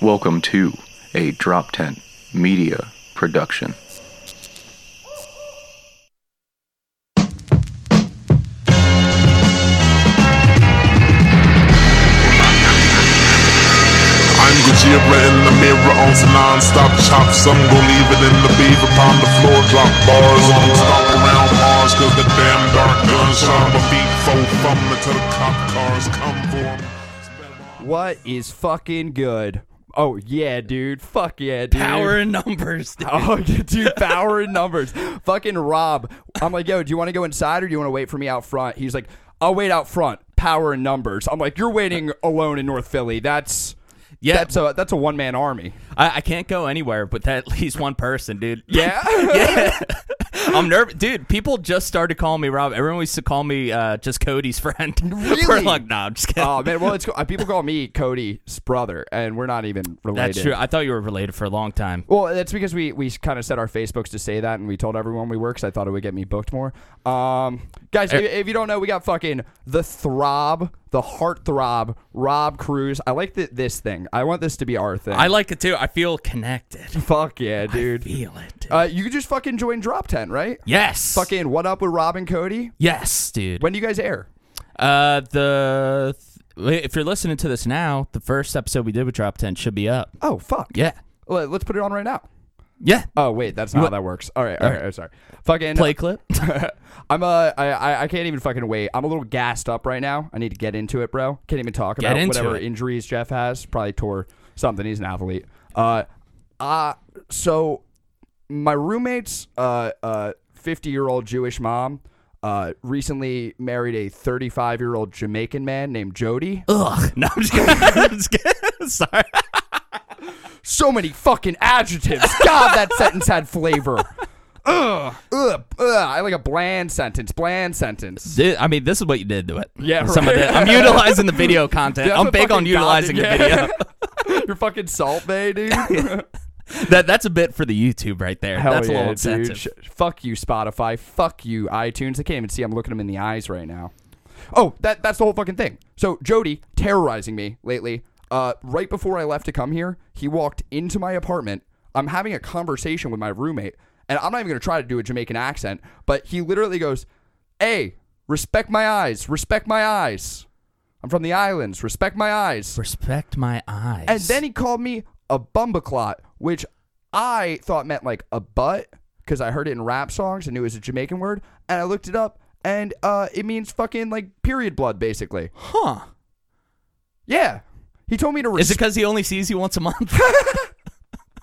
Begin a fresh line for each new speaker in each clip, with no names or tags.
Welcome to a Drop Tent Media Production.
I'm Gajira in the mirror on some non-stop chop Some gon' leave it in the beaver upon the floor Drop bars on stop around bars Cause the damn dark gunshot My feet foe from until the cop cars come for 'em.
What is fucking good? Oh yeah, dude. Fuck yeah, dude.
Power in numbers. Dude.
Oh, dude, power in numbers. Fucking Rob. I'm like, yo, do you want to go inside or do you want to wait for me out front? He's like, I'll wait out front. Power in numbers. I'm like, you're waiting alone in North Philly. That's
Yeah.
That's a that's a one man army.
I, I can't go anywhere but that at least one person, dude.
Yeah.
yeah. I'm nervous, dude. People just started calling me Rob. Everyone used to call me uh, just Cody's friend. We're
Really?
like, nah, I'm just kidding.
oh man. Well, it's cool. people call me Cody's brother, and we're not even related.
That's true. I thought you were related for a long time.
Well, that's because we, we kind of set our Facebooks to say that, and we told everyone we were because I thought it would get me booked more. Um, guys, if, if you don't know, we got fucking the throb, the heart throb, Rob Cruz. I like th- this thing. I want this to be our thing.
I like it too. I feel connected.
fuck yeah, dude.
Feel it. dude.
Uh, you could just fucking join Drop Ten, right?
yes.
Fucking what up with Rob and Cody?
Yes, dude.
When do you guys air?
uh, the th- if you're listening to this now, the first episode we did with Drop Ten should be up.
Oh fuck
Yeah.
Let- Let's put it on right now.
Yeah.
Oh wait, that's not how that works. All right, all right, all right sorry. Fucking
Play clip.
I'm uh, I, I I can't even fucking wait. I'm a little gassed up right now. I need to get into it, bro. Can't even talk
Get
about
into
whatever
it.
injuries Jeff has. Probably tore something. He's an athlete. Uh, uh so my roommate's uh uh 50 year old Jewish mom uh recently married a 35 year old Jamaican man named Jody.
Ugh. No, I'm just kidding. I'm just kidding. Sorry.
So many fucking adjectives. God, that sentence had flavor. Ugh, ugh, ugh. I like a bland sentence. Bland sentence.
Thi- I mean, this is what you did to it.
Yeah,
Some of
right.
the- I'm utilizing the video content.
That's
I'm
what
big on
fucking God did,
utilizing the video.
yeah. You're fucking Salt Bay, dude.
That that's a bit for the YouTube right there.
Hell
that's
yeah,
a little
dude.
insensitive.
Sh- Fuck you, Spotify. Fuck you, iTunes. I can't even see. I'm looking them in the eyes right now. Oh, that that's the whole fucking thing. So Jody terrorizing me lately. Uh, right before I left to come here, he walked into my apartment. I'm having a conversation with my roommate, and I'm not even gonna try to do a Jamaican accent, but he literally goes, "Hey, respect my eyes. Respect my eyes. I'm from the islands. Respect my eyes."
Respect my eyes.
And then he called me a bumbaclot, which I thought meant like a butt because I heard it in rap songs and knew it was a Jamaican word. And I looked it up and uh, it means fucking like period blood, basically.
huh?
Yeah. He told me to
Is it
respect.
because he only sees you once a month?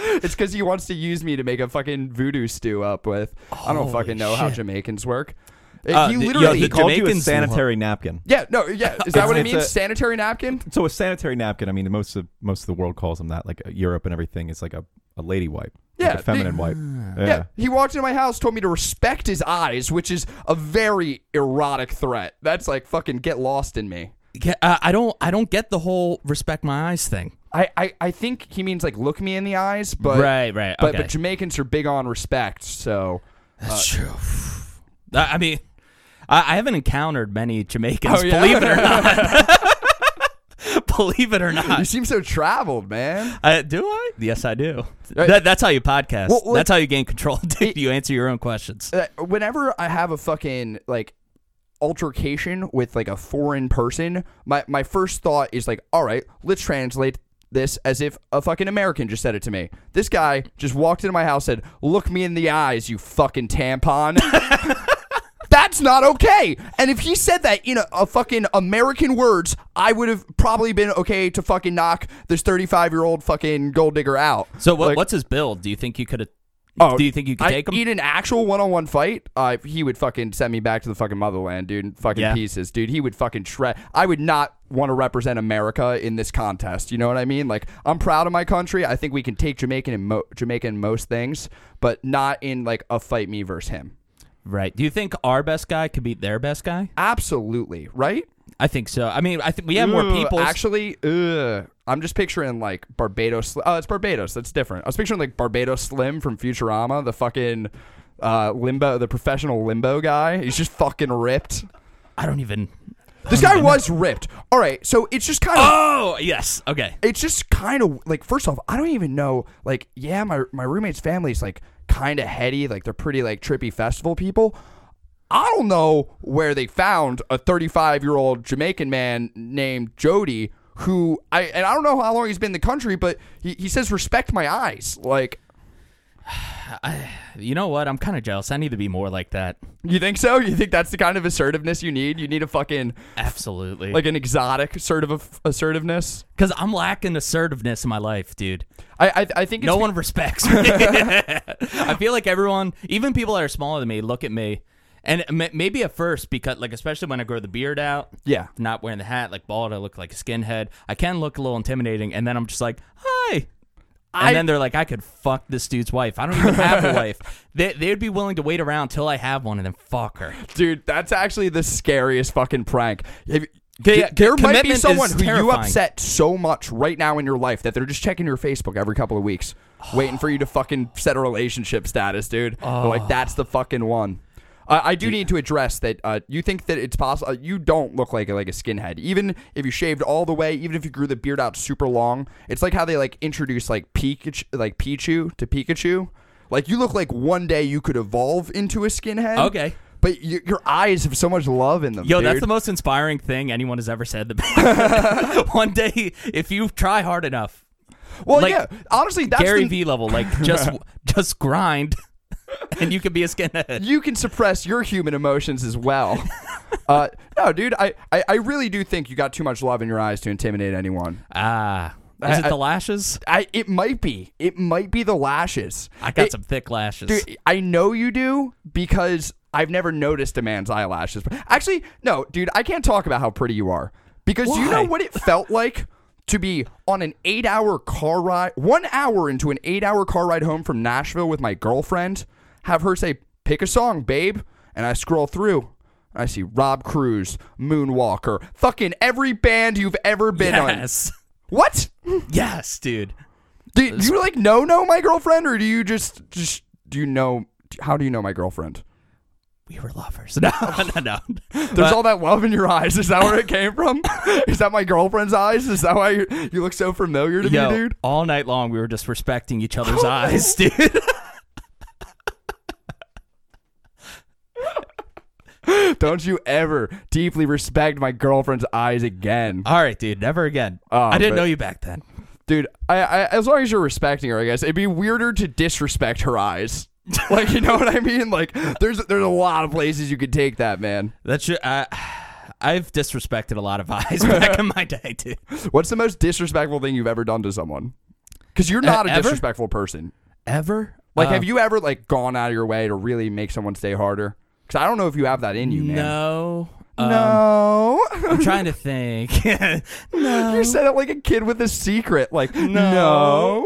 It's because he wants to use me to make a fucking voodoo stew up with. I don't
Holy
fucking know how
shit.
Jamaicans work.
Uh,
he
the- yo,
literally.
the
He called you a
Jamaicans love-
sanitary napkin.
yeah, no, yeah. Is that what it
It's a-
means? Sanitary napkin?
So a sanitary napkin, I mean, most of most of the world calls them that. Like uh, Europe and everything is like a, a lady wipe,
Yeah,
like
the-
a feminine wipe. Yeah.
Yeah. He walked into my house, told me to respect his eyes, which is a very erotic threat. That's like fucking get lost in me.
Yeah, uh, I don't. I don't get the whole respect my eyes thing.
I, I, I think he means like look me in the eyes, but
Right, right,
But,
okay.
but Jamaicans are big on respect, so
That's true. Uh, I, I mean, I, I haven't encountered many Jamaicans.
Oh, yeah?
Believe it or not. believe it or
you
not.
seem so traveled, man.
Uh, do I? Yes, I do.
Uh,
That, that's how you podcast.
Well, well,
that's how you gain control, dude.
it-
you answer your own questions.
Uh, Whenever I have a fucking like altercation with like a foreign person, my my first thought is like, all right, let's translate this as if a fucking American just said it to me. This guy just walked into my house, said, "Look me in the eyes, you fucking tampon." That's not okay. And if he said that in a, a fucking American words, I would have probably been okay to fucking knock this 35 year old fucking gold digger out.
So what,
Like-
what's his build? Do you think you could have?
Oh,
do you think you could
I-
take him?
In an actual one-on-one fight, uh, he would fucking send me back to the fucking motherland, dude. in Fucking
Yeah.
pieces, dude. He would fucking shred. I would not want to represent America in this contest. You know what I mean? Like, I'm proud of my country. I think we can take Jamaican and mo- Jamaica in most things, but not in like a fight me versus him.
Right. Do you think our best guy could beat their best guy?
Absolutely, right?
I think so. I mean, I think we have more
Ugh,
people.
Actually, ugh. I'm just picturing like Barbados. Sli- Oh, it's Barbados. That's different. I was picturing like Barbados Slim from Futurama, the fucking uh, limbo, the professional limbo guy. He's just fucking ripped.
I don't even.
This guy was ripped. All right, so it's just kind of
Oh yes. Okay.
it's just kind of like first off, I don't even know. Like, yeah, my my roommate's family is like kind of heady, like they're pretty like trippy festival people. I don't know where they found a 35 year old Jamaican man named Jody who I and I don't know how long he's been in the country, but he, he says respect my eyes. Like,
You know what? I'm kind of jealous. I need to be more like that.
you think so? You think that's the kind of assertiveness you need? You need a fucking
Absolutely.
like an exotic assertive assertiveness.
because I'm lacking assertiveness in my life, dude.
I I, I think it's
No
be-
one respects me. I feel like everyone, even people that are smaller than me, look at me, and m- maybe at first because, like, especially when I grow the beard out,
Yeah.
not wearing the hat, like bald, I look like a skinhead. I can look a little intimidating, and then I'm just like, hi. And
I-
then they're like, I could fuck this dude's wife. I don't even have a wife. They, they'd be willing to wait around till I have one and then fuck her.
Dude, that's actually the scariest fucking prank. If-
The-
there- there might be
commitment
someone
is
who you
terrifying.
upset so much right now in your life that they're just checking your Facebook every couple of weeks, waiting for you to fucking set a relationship status, dude. They're
Oh.
like, that's the fucking one. I I do need to address that. Uh, you think that it's possible? You don't look like a, like a skinhead, even if you shaved all the way, even if you grew the beard out super long. It's like how they like introduce like Pikachu, like Pichu to Pikachu. Like you look like one day you could evolve into a skinhead.
Okay.
But y- your eyes have so much love in them.
Yo,
dude.
that's the most inspiring thing anyone has ever said to me. One day, if you try hard enough,
well,
like,
yeah. Honestly, that's
Gary
the,
V level, like just just grind, and you could be a skinhead.
you can suppress your human emotions as well. uh, no, dude, I, I, I really do think you got too much love in your eyes to intimidate anyone.
Ah, is
I-
it the lashes?
I it might be it might be the lashes.
I got
It-
some thick lashes.
Dude, I know you do because I've never noticed a man's eyelashes. Actually, no, dude, I can't talk about how pretty you are because do you know
Why?
what it felt like to be on an eight-hour car ride, one hour into an eight-hour car ride home from Nashville with my girlfriend, have her say, "Pick a song, babe," and I scroll through. and I see Rob Cruz, Moonwalker, fucking every band you've ever been
yes,
on. What?
yes, dude.
Do, do you like know know my girlfriend, or do you just just do you know? How do you know my girlfriend?
We were lovers. No, no, no.
There's
But-
all that love in your eyes. Is that where it came from? Is that my girlfriend's eyes? Is that why you, you look so familiar to
Yo,
me, dude?
all night long we were just respecting each other's eyes, dude.
Don't you ever deeply respect my girlfriend's eyes again,
All right, dude. Never again.
Oh,
I didn't
but-
know you back then.
dude? I, I as long as you're respecting her, I guess it'd be weirder to disrespect her eyes. Like you know what I mean? Like there's there's a lot of places you could take that, man.
That's your. I I've disrespected a lot of eyes back in my day, dude.
What's the most disrespectful thing you've ever done to someone? Because you're not a
E- ever? Uh.
disrespectful person.
Ever?
Like, have you ever like gone out of your way to really make someone stay harder? Because I don't know if you have that in you, man.
No. Um,
No,
I'm trying to think.
you said it like a kid with a secret. Like, no.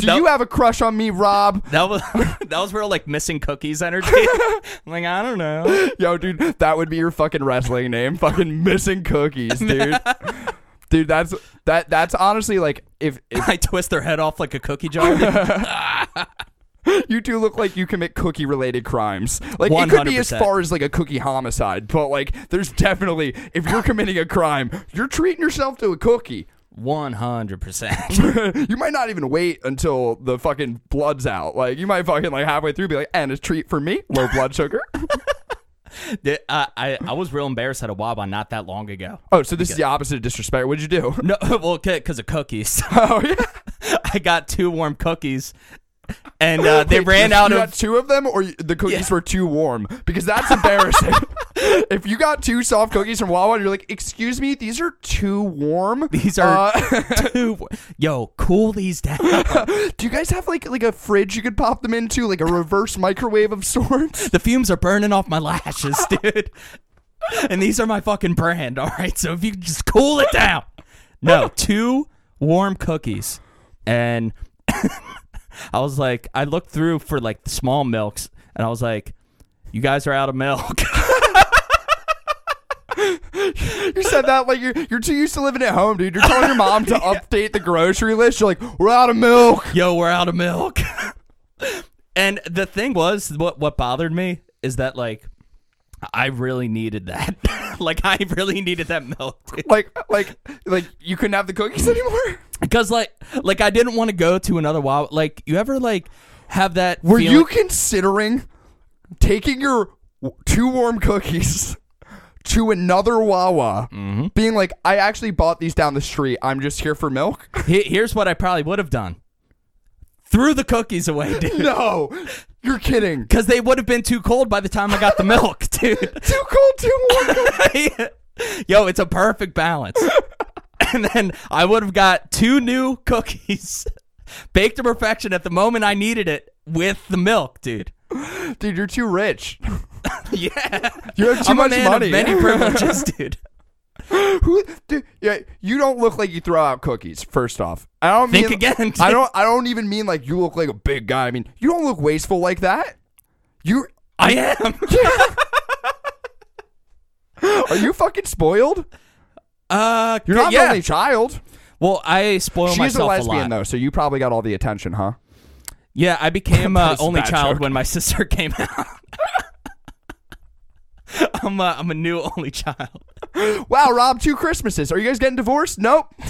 Do you have a crush on me, Rob?
That was that was real like missing cookies energy. I'm like I don't know.
Yo, dude, that would be your fucking wrestling name. Fucking missing cookies, dude. dude, that's that. That's honestly like if, if
I twist their head off like a cookie jar.
you two look like you commit cookie related crimes. Like it could be as
100%.
far as like a cookie homicide, but like there's definitely if you're committing a crime, you're treating yourself to a cookie.
One hundred percent.
you might not even wait until the fucking blood's out. Like you might fucking like halfway through be like, and a treat for me, low blood sugar.
I I I was real embarrassed at a Wawa not that long ago.
oh, so this is the opposite of disrespect. What'd you do?
No, well, because of cookies,
Oh yeah.
I got two warm cookies, and uh, they
Wait,
ran
you-
out
you
of.
got two of them, or you- the cookies
Yeah.
were too warm because that's embarrassing. if you got two soft cookies from Wawa, and you're like, "Excuse me, these are too warm.
These are
Uh,
two. Yo, cool these down.
do you guys have like like a fridge you could pop them into, like a reverse microwave of sorts?
The fumes are burning off my lashes, dude. and these are my fucking brand, all right? So if you could just cool it down. No, two warm cookies. And I was like, I looked through for like the small milks and I was like, you guys are out of milk.
You said that like you're you're too used to living at home, dude. You're telling your mom to update the grocery list. You're like, "We're out of milk."
Yo, we're out of milk. and the thing was, what what bothered me is that like I really needed that. like I really needed that milk, dude.
Like, like, like you couldn't have the cookies anymore.
Because like, like I didn't want to go to another Wawa. Like, you ever like have that?
Were
feeling-
you considering taking your w- two warm cookies to another Wawa,
Mm-hmm.
being like, I actually bought these down the street. I'm just here for milk?
He- here's what I probably would have done: threw the cookies away, dude.
no, you're kidding.
Because they would have been too cold by the time I got the milk, dude.
Too cold, too warm.
Yo, it's a perfect balance. and then I would have got two new cookies, baked to perfection at the moment I needed it with the milk, dude.
Dude, you're too rich.
Yeah,
You have too
I'm
much
a man
money.
of many privileges, dude.
Who, dude, yeah, you don't look like you throw out cookies. First off, I don't
Think
mean,
again,
I
dude.
don't. I don't even mean like you look like a big guy. I mean, you don't look wasteful like that. You
I am.
are you fucking spoiled?
Uh,
You're not
yeah.
the only child.
Well, I spoil
She's
myself
a
a
lesbian
lot.
though, so you probably got all the attention, huh?
Yeah, I became uh,
That is a
only
bad
child
joke.
when my sister came out. I'm uh, I'm a new only child.
Wow, Rob, two Christmases. Are you guys getting divorced? Nope.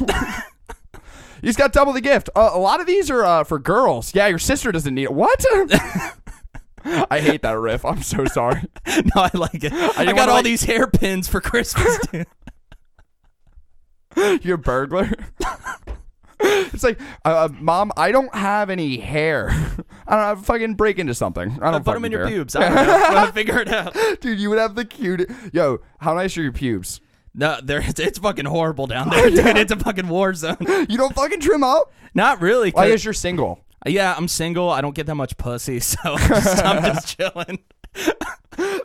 He's got double the gift. Uh, a lot of these are uh, for girls. Yeah, your sister doesn't need it. What? I hate that riff. I'm so sorry.
No, I like it. I,
wanna,
got all
like-
these hairpins for Christmas, dude.
You're a burglar. it's like, uh, uh, mom, I don't have any hair. I don't know, fucking break into something. I don't
Put
Oh, fucking
them in your
care.
pubes. I don't know. I'll figure it out.
Dude, you would have the cute. Yo, how nice are your pubes?
No, there it's, it's fucking horrible down there, dude. It's a fucking war zone.
You don't fucking trim up?
Not really. 'cause-
Why is you're single?
yeah, I'm single. I don't get that much pussy, so I'm just, I'm just chilling.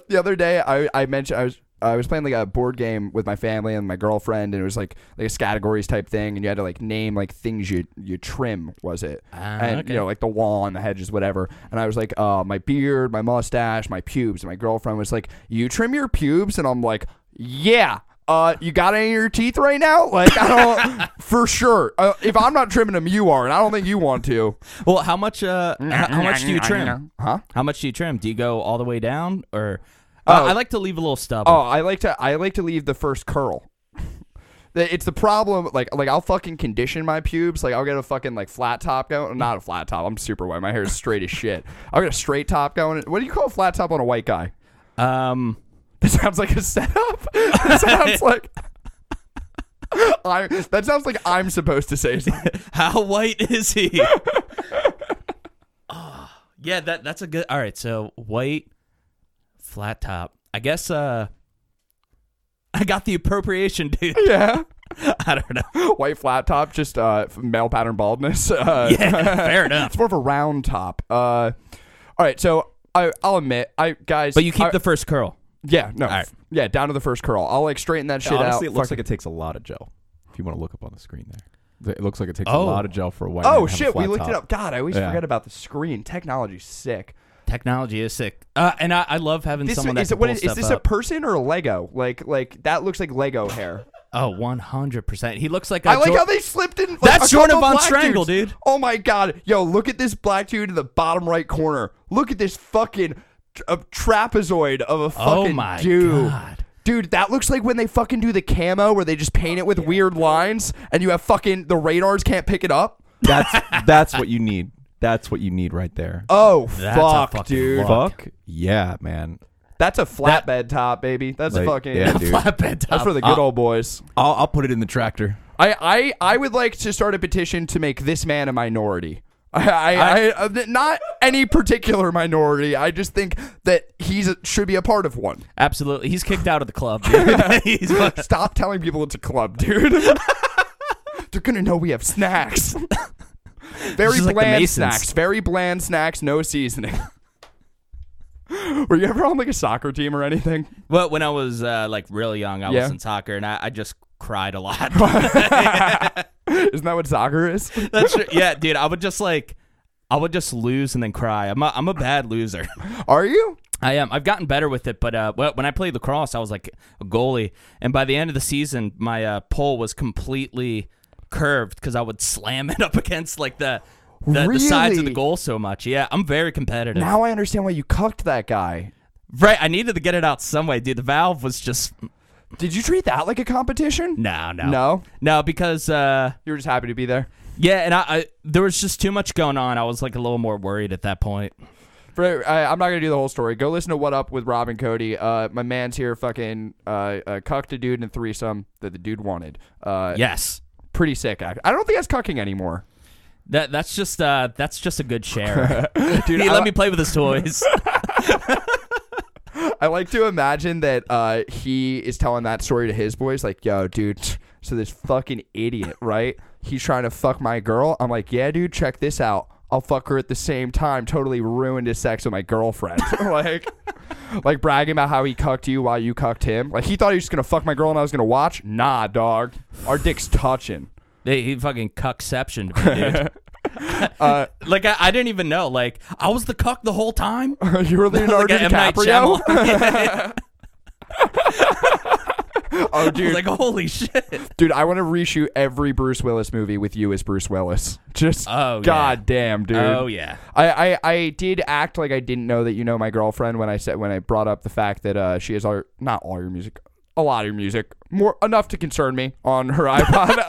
the other day I, I mentioned I was I was playing like a board game with my family and my girlfriend, and it was like like a categories type thing, and you had to like name like things you you trim was it, and
okay.
you know like the wall and the hedges whatever, and I was like uh, my beard, my mustache, my pubes, and my girlfriend was like you trim your pubes, and I'm like yeah. Uh, you got any of your teeth right now? Like, I don't, for sure. Uh, if I'm not trimming them, you are, and I don't think you want to.
Well, how much? Uh, how, how much do you trim?
Huh?
How much do you trim? Do you go all the way down, or uh,
Oh.
I like to leave a little stub?
Oh, I like to I like to leave the first curl. The- It's the problem, like like I'll fucking condition my pubes, like I'll get a fucking like flat top
Mm.
going. Not a flat top. I'm super white. My hair is straight as shit. I'll get a straight top going. What do you call a flat top on a white guy?
Um,
That sounds like a setup. That sounds like I. That sounds like I'm supposed to say something.
how white is he? Ah, yeah, that that's a good. All right, so white, flat top. I guess. Uh, I got the appropriation, dude.
Yeah.
I don't know.
White flat top, just uh, male pattern baldness. Uh,
Yeah, fair enough.
It's more of a round top. Uh, all right. So I, I'll admit, I guys.
But you keep
I-
the first curl.
Yeah, no.
right.
Yeah, down to the first curl. I'll like straighten that shit
Honestly,
out.
it looks
Fuck-
like it takes a lot of gel. If you want to look up on the screen there, it looks like it takes
Oh.
a lot of gel for a white. man to
oh
have a
shit, we
flat
looked it
top.
up. God, I always
Yeah.
forget about the screen. Technology's sick.
Technology is sick, uh, and I, I love having
This
someone that
is
can
it, what
pull
is, is
stuff
this a
up.
person or a Lego? Like like that looks like Lego hair.
oh, one hundred percent. He looks like a
I like
Jor-
how they slipped in. Like,
That's
a
Jordan
couple
Von
black
Strangle,
dudes.
dude.
Oh my god, yo, look at this black dude in the bottom right corner. Look at this fucking tra- a trapezoid of a
Oh
fucking
my
dude.
god.
Dude, that looks like when they fucking do the camo where they just paint it with weird lines and you have fucking the radars can't pick it up.
That's that's what you need. That's what you need right there.
Oh
That's a
fuck,
fucking
dude.
lot.
Oh, Fuck yeah, man.
That's a flatbed top, baby. That's
Like,
a fucking
yeah, dude.
Flatbed top.
That's for the good old boys.
I'll, I'll put it in the tractor.
I, I I would like to start a petition to make this man a minority. I, I, I uh, th- not any particular minority. I just think that he's a, should be a part of one.
Absolutely, he's kicked out of the club. Dude. he's fucking-
Stop telling people it's a club, dude. They're gonna know we have snacks. Very
This is like the
bland
Masons.
snacks. Very bland snacks. No seasoning. Were you ever on like a soccer team or anything?
Well, when I was uh, like real young, I
Yeah.
was in soccer, and I, I just cried a lot.
Isn't that what soccer is?
That's true. yeah, dude. I would just like, I would just lose and then cry. I'm a, I'm a bad loser.
Are you?
I am. I've gotten better with it, but uh, well, when I played lacrosse, I was like a goalie, and by the end of the season, my uh, pole was completely curved because I would slam it up against like the the, the sides of the
Really?
goal so much. Yeah, I'm very competitive.
Now I understand why you cucked that guy.
Right, I needed to get it out some way, dude. The valve was just
Did you treat that like a competition?
No, no,
No?
no, because uh,
You were just happy to be there.
yeah, and I, I there was just too much going on. I was like a little more worried at that point.
Uh, For, I, I'm not gonna do the whole story. Go listen to What Up with Rob and Cody. Uh, my man's here, fucking uh, uh, cucked a dude in a threesome that the dude wanted. Uh,
Yes,
pretty sick. Act. I don't think that's cucking anymore.
that that's just uh, that's just a good share.
Dude,
he
I,
let
li-
me play with his toys.
I like to imagine that uh, he is telling that story to his boys, like, "Yo, dude, so this fucking idiot, right? He's trying to fuck my girl." I'm like, "Yeah, dude, check this out. I'll fuck her at the same time. Totally ruined his sex with my girlfriend." like, like bragging about how he cucked you while you cucked him. Like he thought he was just gonna fuck my girl and I was gonna watch. Nah, dog. Our dick's touching.
They, he fucking cuckceptioned me, dude.
Uh,
like I, I didn't even know. Like I was the cuck the whole time.
you were Leonardo
like, a M. Night
DiCaprio.
Shyamalan.
oh,
I was
dude,
like holy shit.
dude, I want to reshoot every Bruce Willis movie with you as Bruce Willis. Just
Oh, yeah.
goddamn, dude.
Oh yeah.
I, I, I did act like I didn't know that you know my girlfriend when I said when I brought up the fact that uh, she has all your, not all your music, a lot of your music, more enough to concern me on her iPod.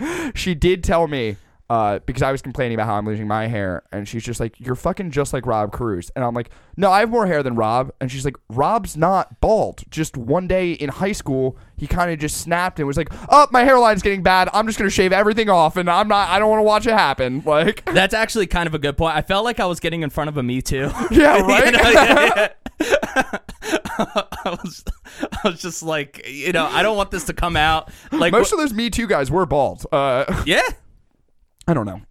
uh, she did tell me uh, because I was complaining about how I'm losing my hair, and she's just like, "You're fucking just like Rob Cruz," and I'm like, "No, I have more hair than Rob," and she's like, "Rob's not bald. Just one day in high school, he kind of just snapped and was like, oh, my hairline's getting bad. I'm just gonna shave everything off, and I'm not. I don't want to watch it happen.' Like."
That's actually kind of a good point. I felt like I was getting in front of a Me Too.
Yeah, right.
I was, I was just like, you know, I don't want this to come out. Like,
Most
wh-
of those Me Too guys were bald. Uh,
yeah.
I don't know.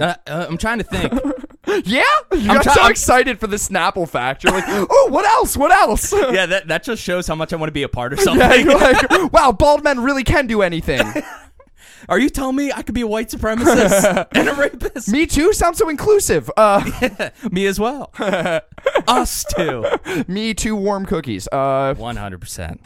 Uh, uh, I'm trying to think.
Yeah, you got
try-
so
I'm-
excited for the Snapple fact. You're like, oh, what else? What else?
yeah, that that just shows how much I want to be a part of something.
Yeah, you're like, wow, bald men really can do anything.
Are you telling me I could be a white supremacist and a rapist?
Me Too sounds so inclusive. Uh,
Me as well. Us too.
Me Too warm cookies. Uh,
One hundred percent.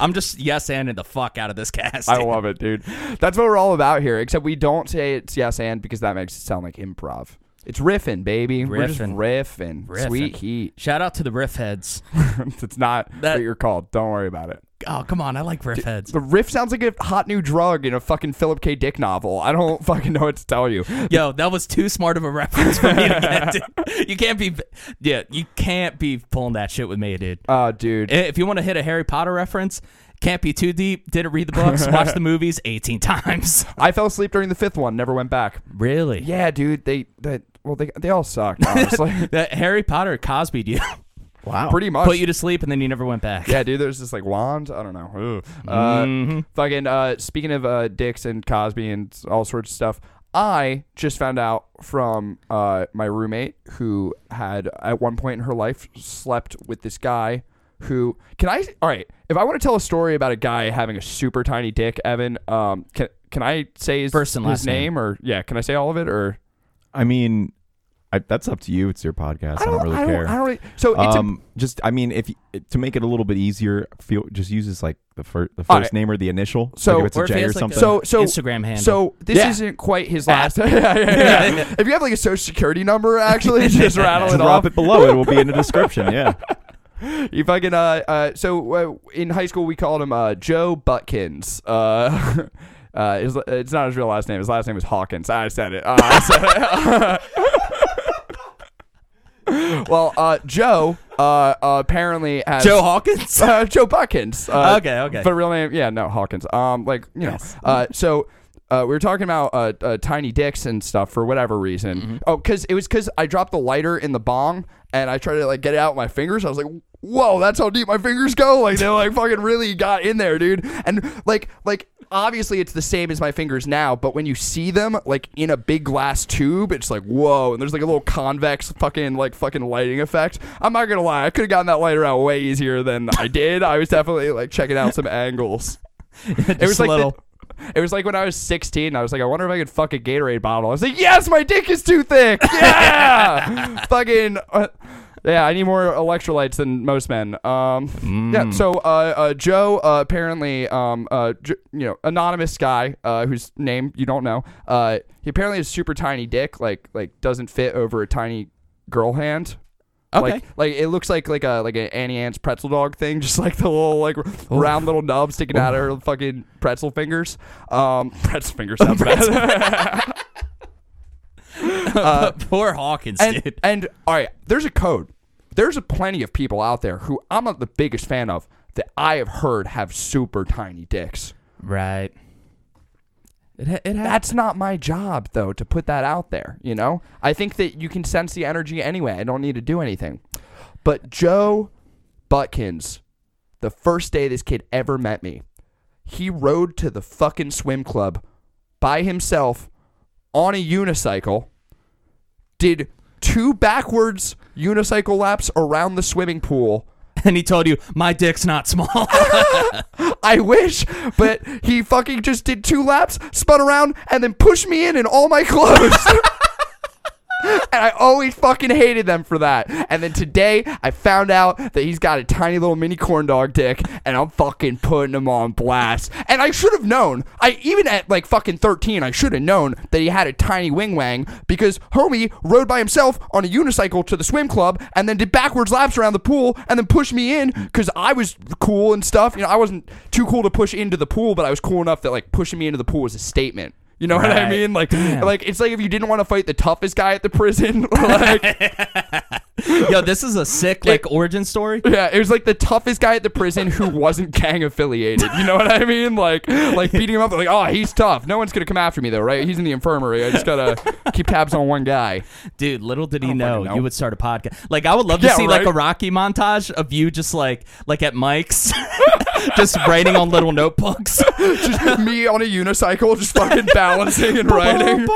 I'm just yes anding the fuck out of this cast.
I love it, dude. That's what we're all about here. Except we don't say it's yes and because that makes it sound like improv. It's riffing, baby. We're just riffing.
Riffing.
Sweet heat.
Shout out to the riff heads.
it's not
That-
what you're called. Don't worry about it.
Oh come on, I like riff heads.
The riff sounds like a hot new drug in a fucking Philip K. Dick novel. I don't fucking know what to tell you.
Yo, that was too smart of a reference for me to get. Dude. You can't be, yeah, you can't be pulling that shit with me, dude.
Oh, dude.
If you want to hit a Harry Potter reference, can't be too deep. Didn't read the books, watched the movies 18 times.
I fell asleep during the fifth one, never went back.
Really? Yeah.
Yeah, dude. They, that well, they, they all sucked, honestly.
That Harry Potter Cosby you,
Wow.
Pretty much.
put you to sleep, and then you never went back.
yeah, dude, there's this like wand. I don't know. Ugh. Uh,
Mm-hmm.
Fucking, uh, speaking of uh, dicks and Cosby and all sorts of stuff, I just found out from uh, my roommate who had, at one point in her life, slept with this guy who. Can I. All right. If I want to tell a story about a guy having a super tiny dick, Evan, um, can, can I say his,
First and
his
last name.
Or, yeah, can I say all of it? Or.
I mean, I, that's up to you. It's your podcast. I don't, really
I don't,
care.
I don't really, so it's a
um, just I mean, if you- to make it a little bit easier, feel just uses like the first the first
All right.
name or the initial.
So-
like if it's
Or
a
if he
J or
has, like, a-
something.
So so
Instagram handle.
So this
Yeah.
isn't quite his last. yeah, yeah, yeah. If you have like a social security number, actually, just rattle it
drop
off.
it below. It will be in the description. Yeah.
If I can, uh, uh, so uh, in high school we called him uh, Joe Butkins. Uh, uh, his, it's not his real last name. His last name is Hawkins. I said it. Uh, I said it. well, uh, Joe uh, apparently has
Joe Hawkins?
uh, Joe Buckins. Uh,
Okay, okay.
But real name, yeah, no Hawkins. Um, like you know, uh, so. Uh, we were talking about uh, uh, tiny dicks and stuff for whatever reason.
Mm-hmm.
Oh, because it was because I dropped the lighter in the bong and I tried to like get it out with my fingers. I was like, "Whoa, that's how deep my fingers go!" Like they like fucking really got in there, dude. And like like obviously it's the same as my fingers now, but when you see them like in a big glass tube, it's like whoa, and there's like a little convex fucking like fucking lighting effect. I'm not gonna lie, I could have gotten that lighter out way easier than I did. I was definitely like checking out some angles. it was
a
like the-
little.
it was like when I was 16. I was like, I wonder if I could fuck a Gatorade bottle. I was like, yes, my dick is too thick. Yeah, fucking. uh, yeah, I need more electrolytes than most men. Um, Yeah,
Mm.
so uh, uh, Joe uh, apparently, um, uh, J- you know, anonymous guy uh, whose name you don't know. Uh, he apparently has super tiny dick, like like doesn't fit over a tiny girl hand.
Okay.
Like, like it looks like like a like an Annie Ann's pretzel dog thing, just like the little like round little nub sticking out of her fucking pretzel fingers. Um, pretzel fingers sounds bad.
Poor Hawkins,
and,
dude.
and all right, there's a code. There's a plenty of people out there who I'm not the biggest fan of that I have heard have super tiny dicks.
Right. It ha- it ha-
That's not my job though to put that out there, you know? I think that you can sense the energy anyway. I don't need to do anything. But Joe Butkins, the first day this kid ever met me, he rode to the fucking swim club by himself on a unicycle, did two backwards unicycle laps around the swimming pool.
and he told you my dick's not small.
I wish, but he fucking just did two laps, spun around, and then pushed me in in all my clothes. And I always fucking hated them for that. And then today, I found out that he's got a tiny little mini corn dog dick, and I'm fucking putting him on blast. And I should have known. I even at like fucking 13, I should have known that he had a tiny wing wang because homie rode by himself on a unicycle to the swim club, and then did backwards laps around the pool, and then pushed me in because I was cool and stuff. You know, I wasn't too cool to push into the pool, but I was cool enough that like pushing me into the pool was a statement. You know what I
Right.
mean? Like, like it's like if you didn't want to fight the toughest guy at the prison, like
Yo, this is a sick like origin story.
yeah, it was like the toughest guy at the prison who wasn't gang affiliated. You know what I mean? Like, like beating him up, like, oh, he's tough. No one's gonna come after me though, right? He's in the infirmary. I just gotta keep tabs on one guy.
Dude, little did he
don't
know,
fucking know.
you would start a podcast. Like I would love to
Yeah,
see like
right?
a Rocky montage of you just like like at Mike's just writing on little notebooks.
Just me on a unicycle, just fucking balancing and riding.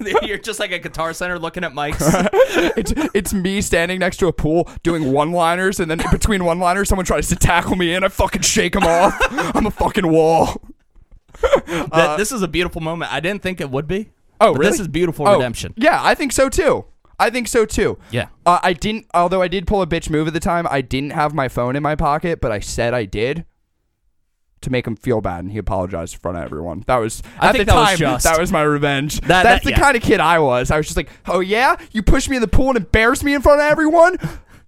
You're just like a guitar center looking at Mike's.
It's it's me standing next to a pool doing one liners, and then between one liners, someone tries to tackle me, and I fucking shake him off. I'm a fucking wall.
That- this is a beautiful moment. I didn't think it would be.
Uh, Oh,
but
really?
This is beautiful
Oh,
redemption.
Yeah, I think so too. I think so too.
Yeah.
Uh, I didn't. Although I did pull a bitch move at the time, I didn't have my phone in my pocket, but I said I did to make him feel bad, and he apologized in front of everyone. That was
I
at
think
the
that was
time.
just.
That was my revenge.
That-
That's
that-
the
yeah.
kind of kid I was. I was just like, oh yeah, you pushed me in the pool and embarrassed me in front of everyone.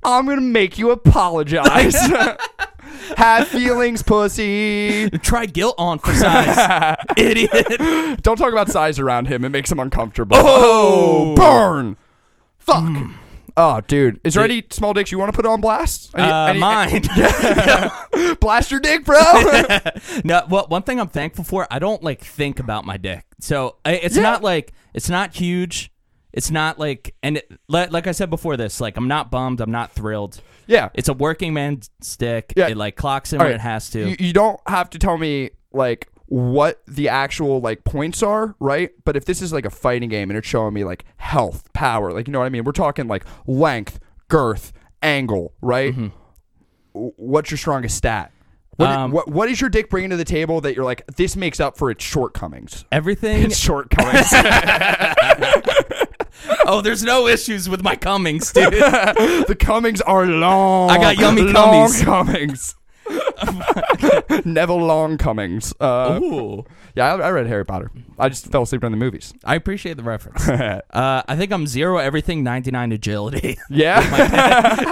I'm gonna make you apologize. have feelings, pussy.
Try guilt on for size, idiot.
Don't talk about size around him. It makes him uncomfortable. Oh, burn. Fuck. Oh, dude. Is there any small dicks you want to put on blast? Any,
Uh,
any-
mine.
blast your dick, bro.
No, well, one thing I'm thankful for, I don't like think about my dick. So I, it's
Yeah.
not like it's not huge. It's not like and it, like, like I said before this, like I'm not bummed, I'm not thrilled.
yeah.
It's a working man's dick.
Yeah.
It like clocks in
All
when
right.
it has to.
You, you don't have to tell me like what the actual like points are, right? But if this is like a fighting game and it's showing me like health, power, like you know what I mean? We're talking like length, girth, angle, right?
Mm-hmm.
W- What's your strongest stat? What,
Um,
what what is your dick bringing to the table that you're like this makes up for its shortcomings?
Everything.
Its shortcomings.
oh, there's no issues with my comings, dude.
the comings are long.
I got yummy
long
cummies.
comings. Neville Long Cummings. Uh,
Ooh.
yeah, I, I read Harry Potter. I just fell asleep during the movies.
I appreciate the reference. uh, I think I'm zero everything, 99 agility.
Yeah.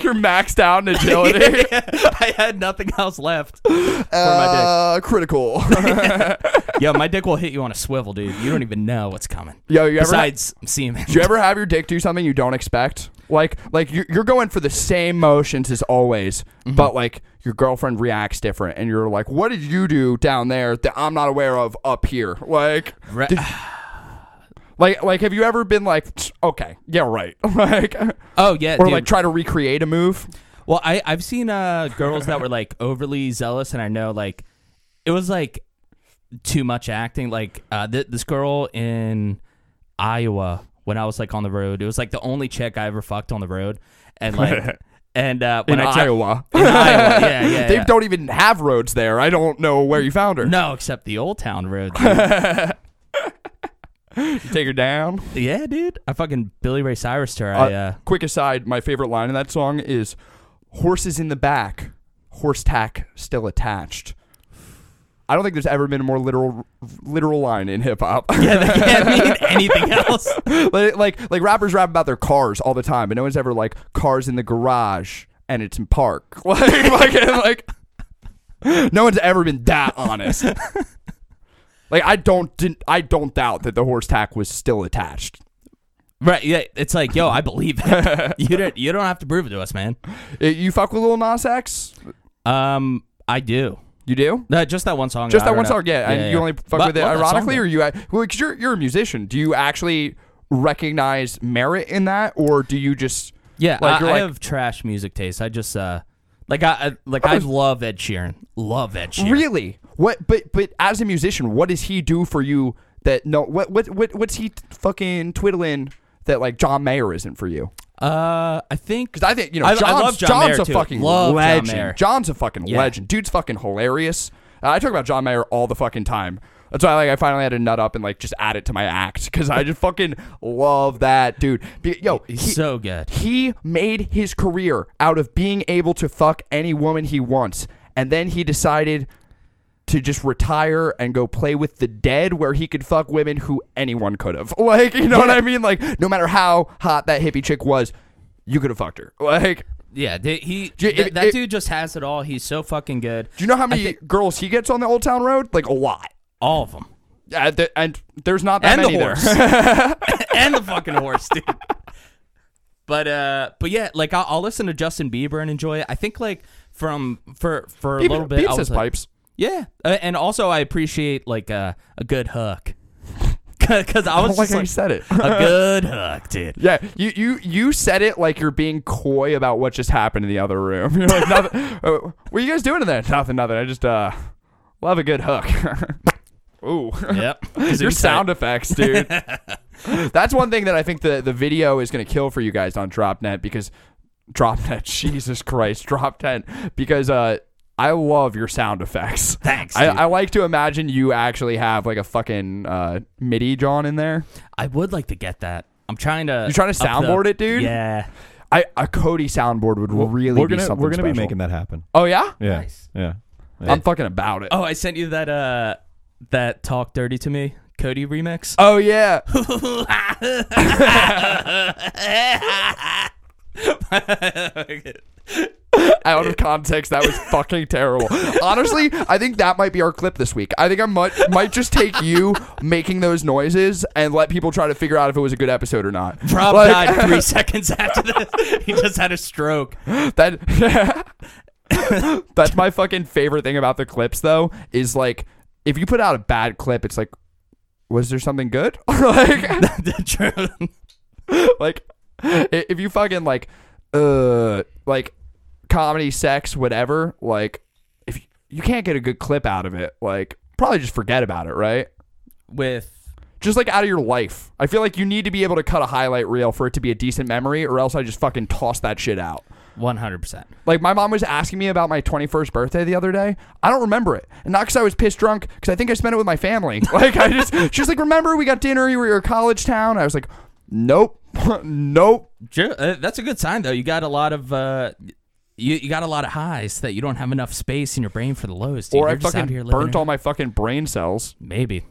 You're maxed out in agility.
I had nothing else left for my
Uh, critical.
dick. Yo, my dick will hit you on a swivel, dude. You don't even know what's coming.
Yo, you ever, ha-
Besides semen.
do you ever have your dick do something you don't expect? Like, like you- you're going for the same motions as always,
Mm-hmm.
but like your girlfriend reacts different, and you're like, "What did you do down there that I'm not aware of up here?" Like,
Re-
did- like, like, have you ever been like, "Tch, "Okay, yeah, right," like,
oh yeah,
or
dude.
like try to recreate a move?
well, I I've seen uh girls that were like overly zealous, and I know like it was like too much acting. Like uh, th- this girl in Iowa when I was like on the road, it was like the only chick I ever fucked on the road, and like and uh, when
in
I tra-
Iowa.
in Iowa, yeah, yeah,
they
yeah.
don't even have roads there. I don't know where you found her.
No, except the Old Town Road. dude.
Take her down.
yeah, dude. I fucking Billy Ray Cyrus to her. I, uh,
Quick aside, my favorite line in that song is "Horses in the back, horse tack still attached." I don't think there's ever been a more literal literal line in hip hop.
Yeah, they can't mean anything else.
like, like like rappers rap about their cars all the time, but no one's ever like cars in the garage and it's in park. Like like like no one's ever been that honest. like I don't didn't, I don't doubt that the horse tack was still attached.
Right? Yeah, it's like, yo, I believe it. you don't. You don't have to prove it to us, man.
Uh, You fuck with Lil Nas X?
Um, I do.
You do?
No, just that one song.
Just
I
that
don't
one
know.
song, yeah. and
yeah.
you only fuck
Lo-
with it
love that song,
ironically,
though.
or you? Well, because you're you're a musician. Do you actually recognize merit in that, or do you just?
Yeah,
like,
I,
you're
I
like-
have trash music taste. I just uh, like I, I like I love Ed Sheeran. Love Ed Sheeran.
Really? What? But but as a musician, what does he do for you that no? What what what what's he t- fucking twiddling that like John Mayer isn't for you?
Uh, I think
Because I think you know
I- I
John's,
love John
John's
Mayer,
a
too.
fucking
Love John
legend.
Mayer.
John's a fucking
Yeah.
legend. Dude's fucking hilarious. Uh, I talk about John Mayer all the fucking time. That's why like I finally had to nut up and like just add it to my act because I just fucking love that dude. Be- yo,
he's
he-
so good.
he made his career out of being able to fuck any woman he wants. And then he decided to just retire and go play with the dead where he could fuck women who anyone could have. Like, you know what I mean? Like, no matter how hot that hippie chick was, you could have fucked her. Like,
Yeah, they, he
Ju-
that-
it-
that
it-
dude just has it all. He's so fucking good.
do you know how many girls he gets on the Old Town Road? Like, a lot.
All of them.
Uh, th- and there's not that
and the
many there.
horse and the fucking horse dude but uh but yeah like I'll, I'll listen to justin bieber and enjoy it i think like from for for a
Beep-
little bit
beeps
I was
his
like-
pipes.
yeah uh, and also i appreciate like uh, a good hook because i
I
was
don't like
just
how Oh you
like
said it.
a good hook dude
Yeah, you, you you said it like you're being coy about what just happened in the other room. You're like, nothing. uh, what are you guys doing in there? Nothing, nothing. I just uh love a good hook. Ooh,
yep
your sound effects, dude. That's one thing that I think the the video is gonna kill for you guys on DropNet because DropNet, Jesus Christ, DropNet because uh. I love your sound effects.
Thanks,
I,
dude.
I like to imagine you actually have like a fucking uh, MIDI John in there.
i would like to get that i'm trying to
You trying to
up the-
soundboard it, dude?
yeah
I a Cody soundboard would really
we're
be
gonna
something
we're gonna be
special.
making that happen.
Oh yeah?
Yeah,
Nice.
yeah. Yeah.
I'm fucking about it.
oh i sent you that uh that talk dirty to me cody remix
Oh yeah. Oh. Out of context, that was fucking terrible. Honestly, I think that might be our clip this week. I think I might might just take you making those noises and let people try to figure out if it was a good episode or not.
Rob
Like,
died three seconds after this. He just had a stroke.
That That's my fucking favorite thing about the clips though, is like if you put out a bad clip, it's like was there something good? like like i- if you fucking like uh like comedy sex whatever like if you, you can't get a good clip out of it like probably just forget about it right
With
just like out of your life i feel like you need to be able to cut a highlight reel for it to be a decent memory or else i just fucking toss that shit out
one hundred percent.
like my mom was asking me about my 21st birthday the other day i don't remember it and not because i was pissed drunk because i think i spent it with my family like i just she was like remember we got dinner you were in a college town i was like nope nope
uh, That's a good sign though. You got a lot of uh, you you got a lot of highs that you don't have enough space in your brain for the lows. Dude.
or
You're
I
just out here
fucking
living
burnt
it.
all my fucking brain cells.
Maybe.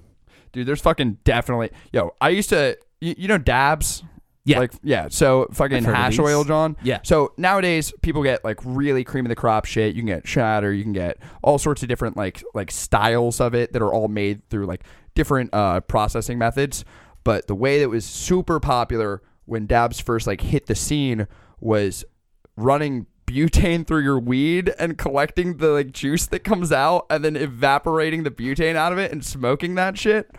Dude, there's fucking definitely. Yo, I used to. You, you know dabs?
Yeah.
Like, yeah. So fucking
I've heard of
hash
these.
oil, John.
Yeah.
So nowadays, people get like really cream of the crop shit. You can get shatter. You can get all sorts of different like like styles of it that are all made through like different uh, processing methods. But the way that was super popular when dabs first like hit the scene was running butane through your weed and collecting the like juice that comes out and then evaporating the butane out of it and smoking that shit.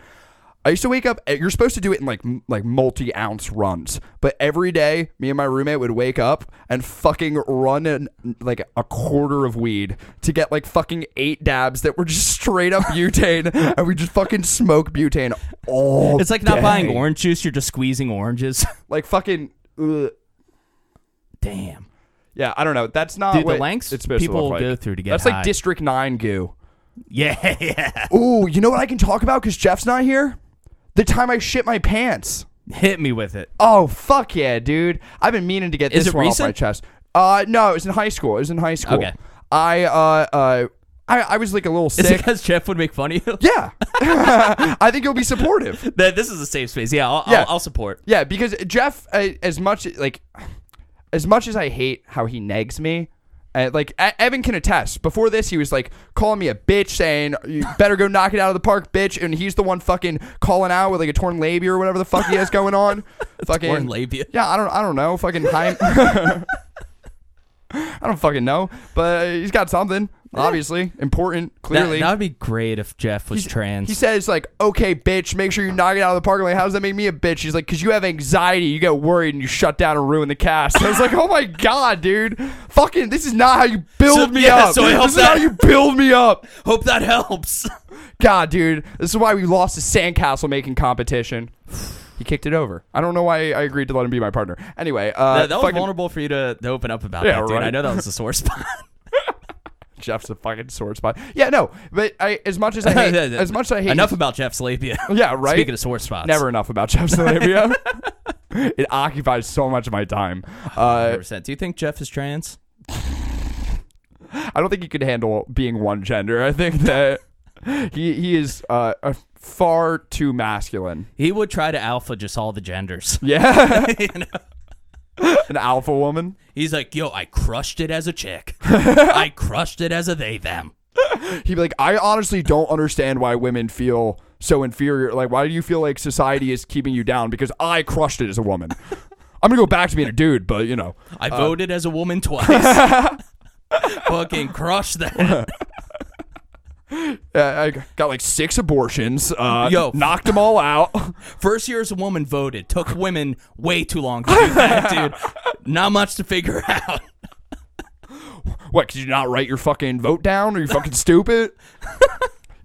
I used to wake up. eh, You're supposed to do it in like m- like multi ounce runs, but every day, me and my roommate would wake up and fucking run an, like a quarter of weed to get like fucking eight dabs that were just straight up butane, and we just fucking smoke butane all.
It's like not
day.
buying orange juice. You're just squeezing oranges.
Like fucking. ugh.
Damn.
Yeah, I don't know. That's not
Dude, the
what
lengths
Ah, it's supposed
people
to look like.
go through to get
That's
high.
like District Nine goo.
Yeah. Yeah.
Ooh, you know what I can talk about because Jeff's not here. The time I shit my pants.
Hit me with it.
Oh fuck yeah, dude! I've been meaning to get
Is
this
it
one off
recent?
my chest. Uh, no, it was in high school. It was in high school.
Okay.
I uh uh I, I was like a little
Is it
sick.
because Jeff would make fun of you?
yeah, I think you'll be supportive.
That this is a safe space. Yeah, I'll,
Yeah.
I'll, I'll support.
Yeah, because Jeff, uh, as much like, as much as I hate how he negs me, uh, like E- Evan can attest. Before this, he was like calling me a bitch, saying you better go knock it out of the park, bitch. And he's the one fucking calling out with like a torn labia or whatever the fuck he has going on. fucking
Torn labia.
Yeah, I don't, I don't know. Fucking high. I don't fucking know, but he's got something obviously important.
That,
Clearly,
that would be great if Jeff was
He's-
trans.
He says like, "Okay, bitch, make sure you knock it out of the park." I'm like, how does that make me a bitch? He's like, "Cause you have anxiety, you get worried, and you shut down and ruin the cast." I was like, "Oh my god, dude, fucking, this is not how you build
So-
me
yeah,
up.
so I
this
hope
is how
that-
you build me up."
Hope that helps.
God, dude, this is why we lost the sandcastle making competition. He kicked it over. I don't know why I agreed to let him be my partner. Anyway, uh,
that that was
fucking-
vulnerable for you to, to open up about
Yeah,
that, dude. I
right.
know that was a sore spot.
Jeff's a fucking sword spot. Yeah, no, but I, as much as I hate, as much as I hate
Enough about Jeff's labia.
Yeah, right.
Speaking of sore spots.
Never enough about Jeff Salabia. it occupies so much of my time. Uh,
100%. Do you think Jeff is trans?
I don't think he could handle being one gender. I think that he he is uh, uh, far too masculine.
He would try to alpha just all the genders.
Yeah,
You know?
an alpha woman.
He's like, yo, I crushed it as a chick. I crushed it as a they them.
He'd be like, I honestly don't understand why women feel so inferior. Like, why do you feel like society is keeping you down? Because I crushed it as a woman. I'm gonna go back to being a dude, but you know,
I voted as a woman twice. Fucking crush that.
uh, I got like six abortions. Uh,
Yo.
knocked them all out.
First year as a woman voted. Took women way too long to do that, dude. Not much to figure out.
What? Could you not write your fucking vote down? Are you fucking stupid?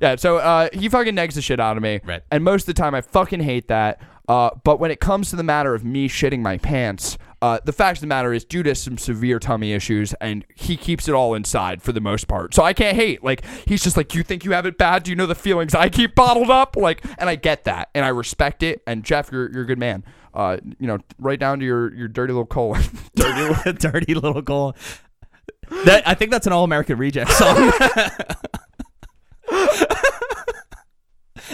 yeah. So uh, he fucking negs the shit out of me,
Right.
and most of the time I fucking hate that. Uh, but when it comes to the matter of me shitting my pants, uh, the fact of the matter is Jude has some severe tummy issues, and he keeps it all inside for the most part. So I can't hate. Like he's just like, you think you have it bad? Do you know the feelings I keep bottled up? Like, and I get that, and I respect it. And Jeff, you're you're a good man. Uh, you know, right down to your your dirty little colon.
dirty, dirty little goal. That I think that's an All American Reject song.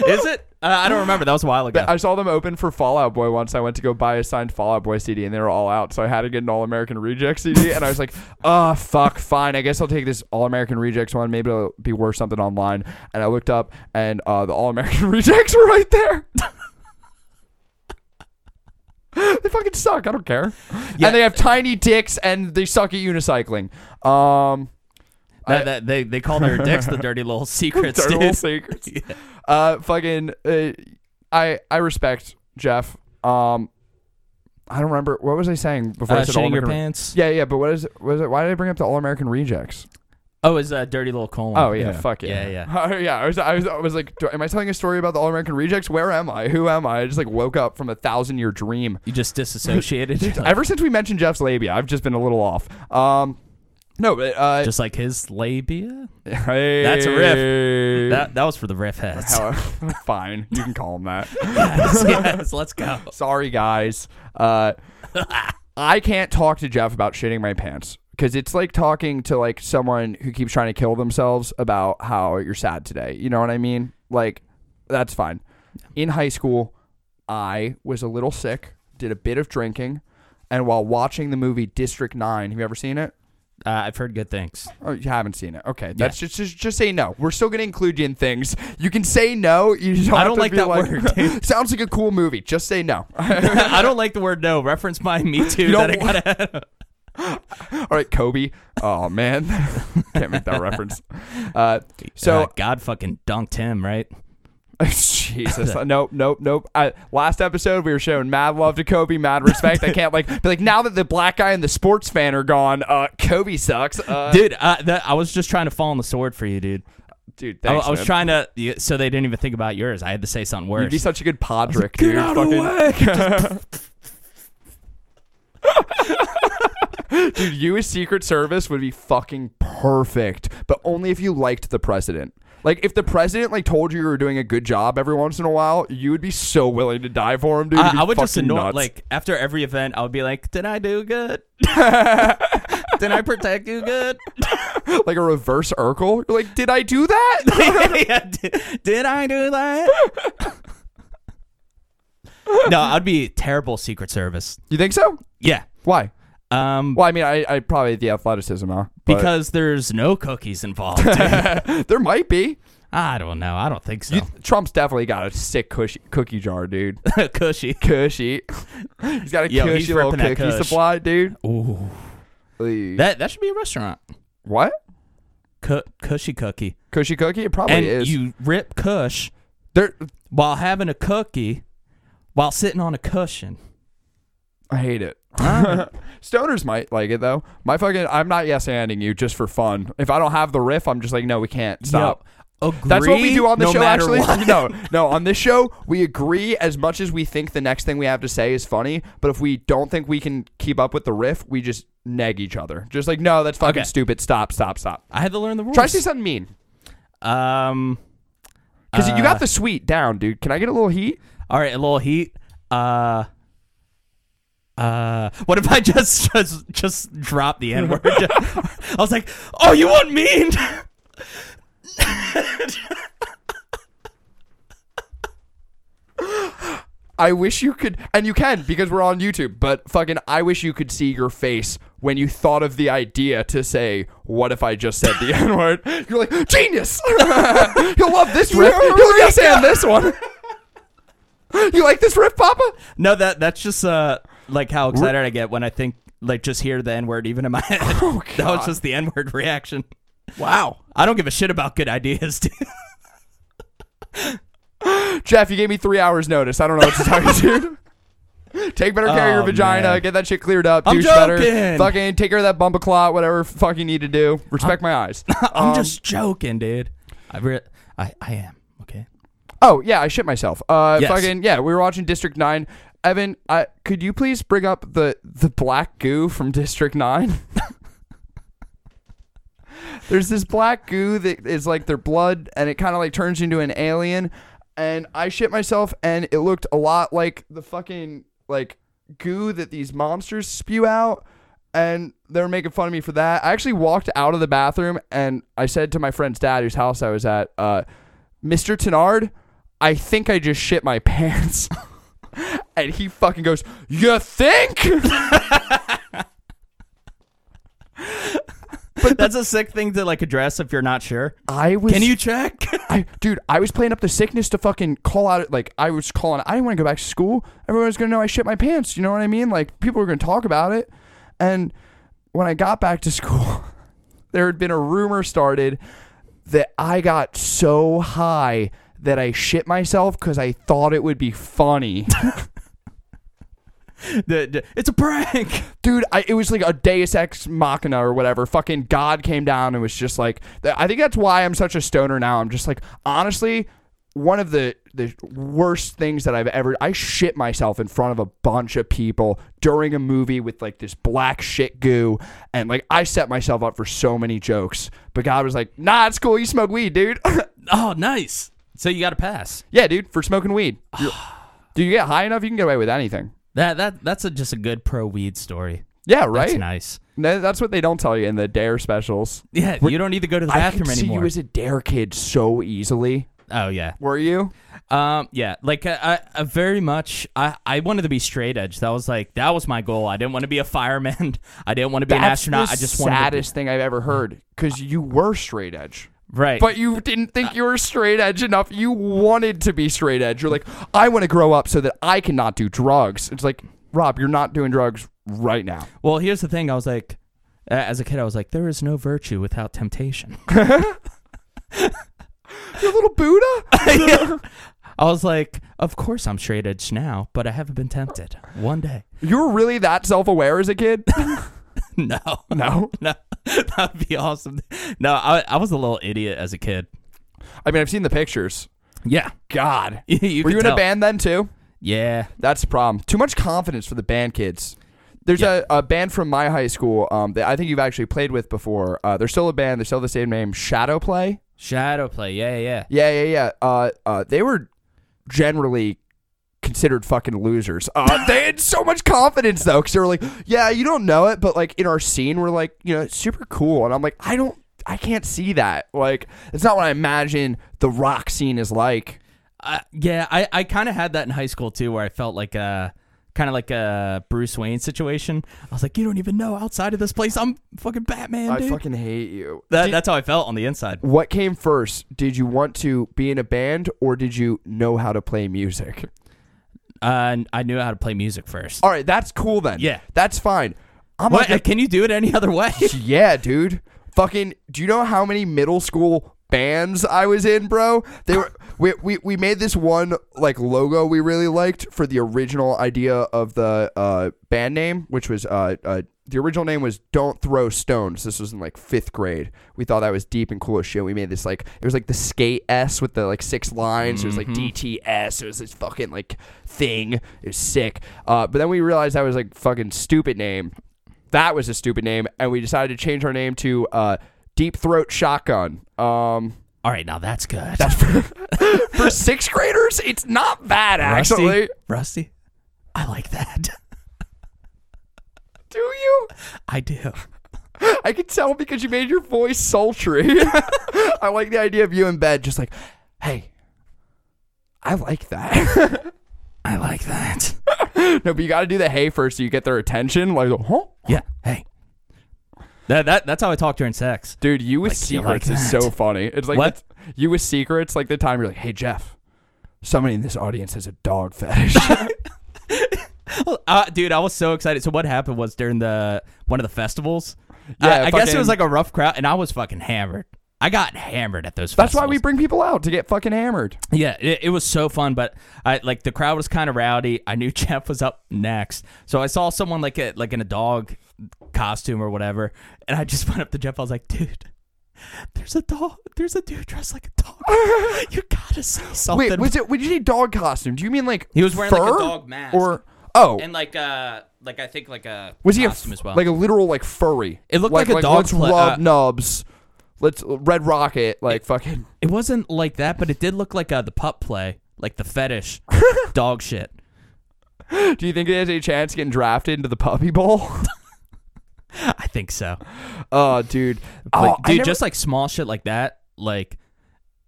Is it? Uh, I don't remember. That was a while ago.
I saw them open for Fallout Boy once. I went to go buy a signed Fallout Boy CD, and they were all out. So I had to get an All American Reject CD, and I was like, "Oh fuck, fine. I guess I'll take this All American Rejects one. Maybe it'll be worth something online." And I looked up, and uh, the All American Rejects were right there. they fucking suck. I don't care.
Yeah.
And they have tiny dicks, and they suck at unicycling. Um,
That- that- they they call their dicks the dirty little secrets.
Dirty
dude.
little secrets. uh, fucking, uh, I I respect Jeff. Um, I don't remember what was I saying before
Uh,
I said all
shitting your
American.
pants.
yeah, yeah, but what is what is it? Why did I bring up the All American Rejects?
Oh, is uh, dirty little colon.
Oh yeah,
yeah.
fuck yeah,
Yeah,
yeah. yeah I was, I was, I was like, do- am I telling a story about the All American Rejects? Where am I? Who am I? I just like woke up from a thousand year dream.
You just disassociated, You're like-
Ever since we mentioned Jeff's labia, I've just been a little off. Um, no, but uh,
just like his labia.
hey,
That's a riff. That that was for the riff heads.
How- fine, you can call him that.
yes, yes, let's go.
Sorry, guys. Uh, I can't talk to Jeff about shitting my pants because it's like talking to like someone who keeps trying to kill themselves about how you're sad today. You know what I mean? Like, that's fine. In high school, I was a little sick, did a bit of drinking, and while watching the movie District Nine, have you ever seen it?
Uh, I've heard good things.
Oh, you haven't seen it. Okay, that's just, just just say no. We're still gonna include you in things. You can say no. You don't
I
have
don't
to
like
be
that word, dude.
Sounds like a cool movie. Just say no.
I don't like the word no. Reference my me too.
You
that
don't
I
want-
gotta
All right, Kobe. Oh man, can't make that reference. Uh, so
Uh, God fucking dunked him, right?
Jesus, nope, nope, nope. I, last episode we were showing mad love to Kobe, mad respect. I can't like be like now that the black guy and the sports fan are gone. Uh, Kobe sucks, uh,
dude. Uh, that, I was just trying to fall on the sword for you, dude.
dude.
I,
Thanks,
I was
man.
trying to, yeah, so they didn't even think about yours. I had to say something
You'd
worse.
be such a good pod trick, dude.
out of
Fucking,
the
dude, you as Secret Service would be fucking perfect, but only if you liked the president. Like if the president like told you you were doing a good job every once in a while, you would be so willing to die for him, dude. You'd be
I, I would just
fucking
annoy
nuts.
like after every event. I would be like, "Did I do good? Did I protect you good?
like a reverse Urkel. You're like, did I do that?
Yeah, did, did I do that?" no, I'd be terrible Secret Service.
you think so?
Yeah.
Why?
Um,
Well, I mean, I, I probably the athleticism, huh? But
because there's no cookies involved.
there might be.
I don't know. I don't think so.
You, Trump's definitely got a sick cushy, cookie jar, dude.
Cushy.
Cushy. he's got a
Yo, he's
cushy little
ripping that
cookie
cush.
supply, dude.
Ooh.
Like-
That that should be a restaurant.
what?
Cu- cushy cookie.
Cushy cookie? It probably
And
is.
you rip Cush
there,
while having a cookie while sitting on a cushion.
I hate it. Stoners might like it though. My fucking, I'm not yes anding you just for fun. If I don't have the riff, I'm just like, no, we can't stop.
Yo, agree.
That's what we do on the
no
show.
matter
Actually,
what.
no, no. On this show, we agree as much as we think the next thing we have to say is funny. But if we don't think we can keep up with the riff, we just nag each other. Just like, no, that's fucking
Okay.
stupid. Stop, stop, stop.
I had to learn the rules.
Try to say something mean,
Um.
because you
Uh,
got the sweet down, dude. Can I get a little heat?
All right, a little heat. Uh. Uh, what if I just just just drop the N word? I was like, "Oh, you want mean?"
I wish you could, and you can because we're on YouTube. But fucking, I wish you could see your face when you thought of the idea to say, "What if I just said the N word?" You're like, genius. You'll love this riff. You'll yes and this one. you like this riff, Papa?
No, that that's just uh like how excited I get when I think like just hear the N word even in my head. Oh, That was
God.
just the N word reaction.
Wow.
I don't give a shit about good ideas, dude.
Jeff, you gave me three hours notice. I don't know what to tell you, dude. Take better care of your
Oh,
vagina.
man.
Get that shit cleared up.
I'm
douche
joking.
better. Fucking take care of that bump a clot, whatever fuck you need to do. Respect my eyes.
I'm just joking, dude. Um, I re- I I am okay.
Oh yeah, I shit myself. Uh,
Yes.
fucking yeah. We were watching District Nine. Evan, I, could you please bring up the the black goo from District Nine? There's this black goo that is like their blood, and it kind of like turns into an alien. And I shit myself, and it looked a lot like the fucking like goo that these monsters spew out. And they were making fun of me for that. I actually walked out of the bathroom, and I said to my friend's dad, whose house I was at, uh, Mr. Tenard, I think I just shit my pants. and he fucking goes, You think?
That's a sick thing to like address if you're not sure.
I was.
Can you check?
I, dude, I was playing up the sickness to fucking call out. Like, I was calling. I didn't want to go back to school. Everyone was going to know I shit my pants. You know what I mean? Like, people were going to talk about it. And when I got back to school, there had been a rumor started that I got so high that I shit myself because I thought it would be funny.
The- the- it's a prank.
dude I, it was like a deus ex machina or whatever fucking god came down and was just like th- i think that's why i'm such a stoner now i'm just like honestly one of the the worst things that i've ever i shit myself in front of a bunch of people during a movie with like this black shit goo and like i set myself up for so many jokes but god was like nah it's cool you smoke weed dude
Oh, nice. So you got to pass.
yeah dude for smoking weed You're- dude you get high enough you can get away with anything
That that that's a, just a good pro weed story.
yeah
It's
right
nice.
No, that's what they don't tell you in the dare specials
Yeah, you don't need to go to the
I could
bathroom
see
anymore.
you as a dare kid so easily.
oh yeah,
Were you?
Um, yeah, like I, I, I very much. I, I wanted to be straight edge. That was like that was my goal. I didn't want to be a fireman. I didn't want to be an astronaut.
The
I just wanted
saddest thing I've ever heard because you were straight edge,
to be, right.
but you didn't think you were straight edge enough. You wanted to be straight edge. You're like, I want to grow up so that I cannot do drugs. It's like, Rob, you're not doing drugs right now.
well, here's the thing. I was like, uh, as a kid, I was like, there is no virtue without temptation.
You little Buddha.
I was like, of course I'm straight edge now, but I haven't been tempted one day.
you were really that self aware as a kid.
No,
No,
no, that'd be awesome. No, I, I was a little idiot as a kid.
I mean I've seen the pictures.
Yeah,
God,
You- you
were
could
you in
tell.
a band then too?
yeah.
That's the problem. Too much confidence for the band kids. There's a, a band from my high school um, that I think you've actually played with before. Uh, they're still a band. They're still the same name, Shadow Play.
Shadow play. Yeah, yeah, yeah.
Yeah, yeah, yeah. Uh, uh, they were generally considered fucking losers. Uh, they had so much confidence though, because they were like, "Yeah, you don't know it, but like in our scene, we're like, you know, it's super cool." And I'm like, I don't, I can't see that. Like, it's not what I imagine the rock scene is like.
I, yeah, I, I kind of had that in high school too, where I felt like a kind of like a Bruce Wayne situation. I was like, you don't even know outside of this place, I'm fucking Batman,
I
dude.
fucking hate you.
that, that's how I felt on the inside.
What came first? Did you want to be in a band or did you know how to play music?
Uh, I knew how to play music first.
All right, that's cool then.
Yeah.
that's fine. I'm
What?
like, a-
Can you do it any other way?
Yeah, dude. Fucking. Do you know how many middle school bands I was in, bro? They were. We, we, we made this one like logo we really liked for the original idea of the uh, band name, which was uh, uh, the original name was Don't Throw Stones. This was in like fifth grade. We thought that was deep and cool as shit. We made this like it was like the skate S with the like six lines. It was like DTS. It was this fucking like thing. It was sick. Uh, but then we realized that was like fucking stupid name that was a stupid name, and we decided to change our name to uh, Deep Throat Shotgun. Um,
All right, now that's good.
for sixth graders, it's not bad
Rusty,
actually.
Rusty, I like that.
Do you?
I do.
I could tell because you made your voice sultry. I like the idea of you in bed, just like, hey, I like that.
I like that.
no, but you got to do the hey first, so you get their attention. Like, huh?
Yeah. Hey. That, that that's how I talk during sex.
Dude, you with
do you like
secrets is
that?
so funny. It's like
What?
the- you with secrets, like the time you're like, hey Jeff, somebody in this audience has a dog fetish.
Uh, dude, I was so excited. So what happened was during the one of the festivals. uh,
Yeah,
I, I guess it
fucking-
was like a rough crowd, and I was fucking hammered. I got hammered at those.
That's why we
festivals.
bring people out to get fucking hammered.
Yeah, it, it was so fun, but I like the crowd was kind of rowdy. I knew Jeff was up next, so I saw someone like a, like in a dog costume or whatever, and I just went up to Jeff. I was like, dude. There's a dog. There's a dude dressed like a dog. You gotta say something.
Wait, was it? Would you say dog costume? Do you mean like
Oh, He was wearing, like, a
fur?
dog mask.
Or oh,
and like uh like I think like a
was he a,
costume as well.
like a literal like furry?
It looked like a
Let's
dog's pla-
rub
uh,
nubs. Let's red rocket like fucking.
it wasn't like that, but it did look like uh, the pup play, like the fetish dog shit.
Do you think he has any chance getting drafted into the puppy bowl?
I think so.
oh, dude,
Like,
oh, I
dude,
never-
just like small shit like that, like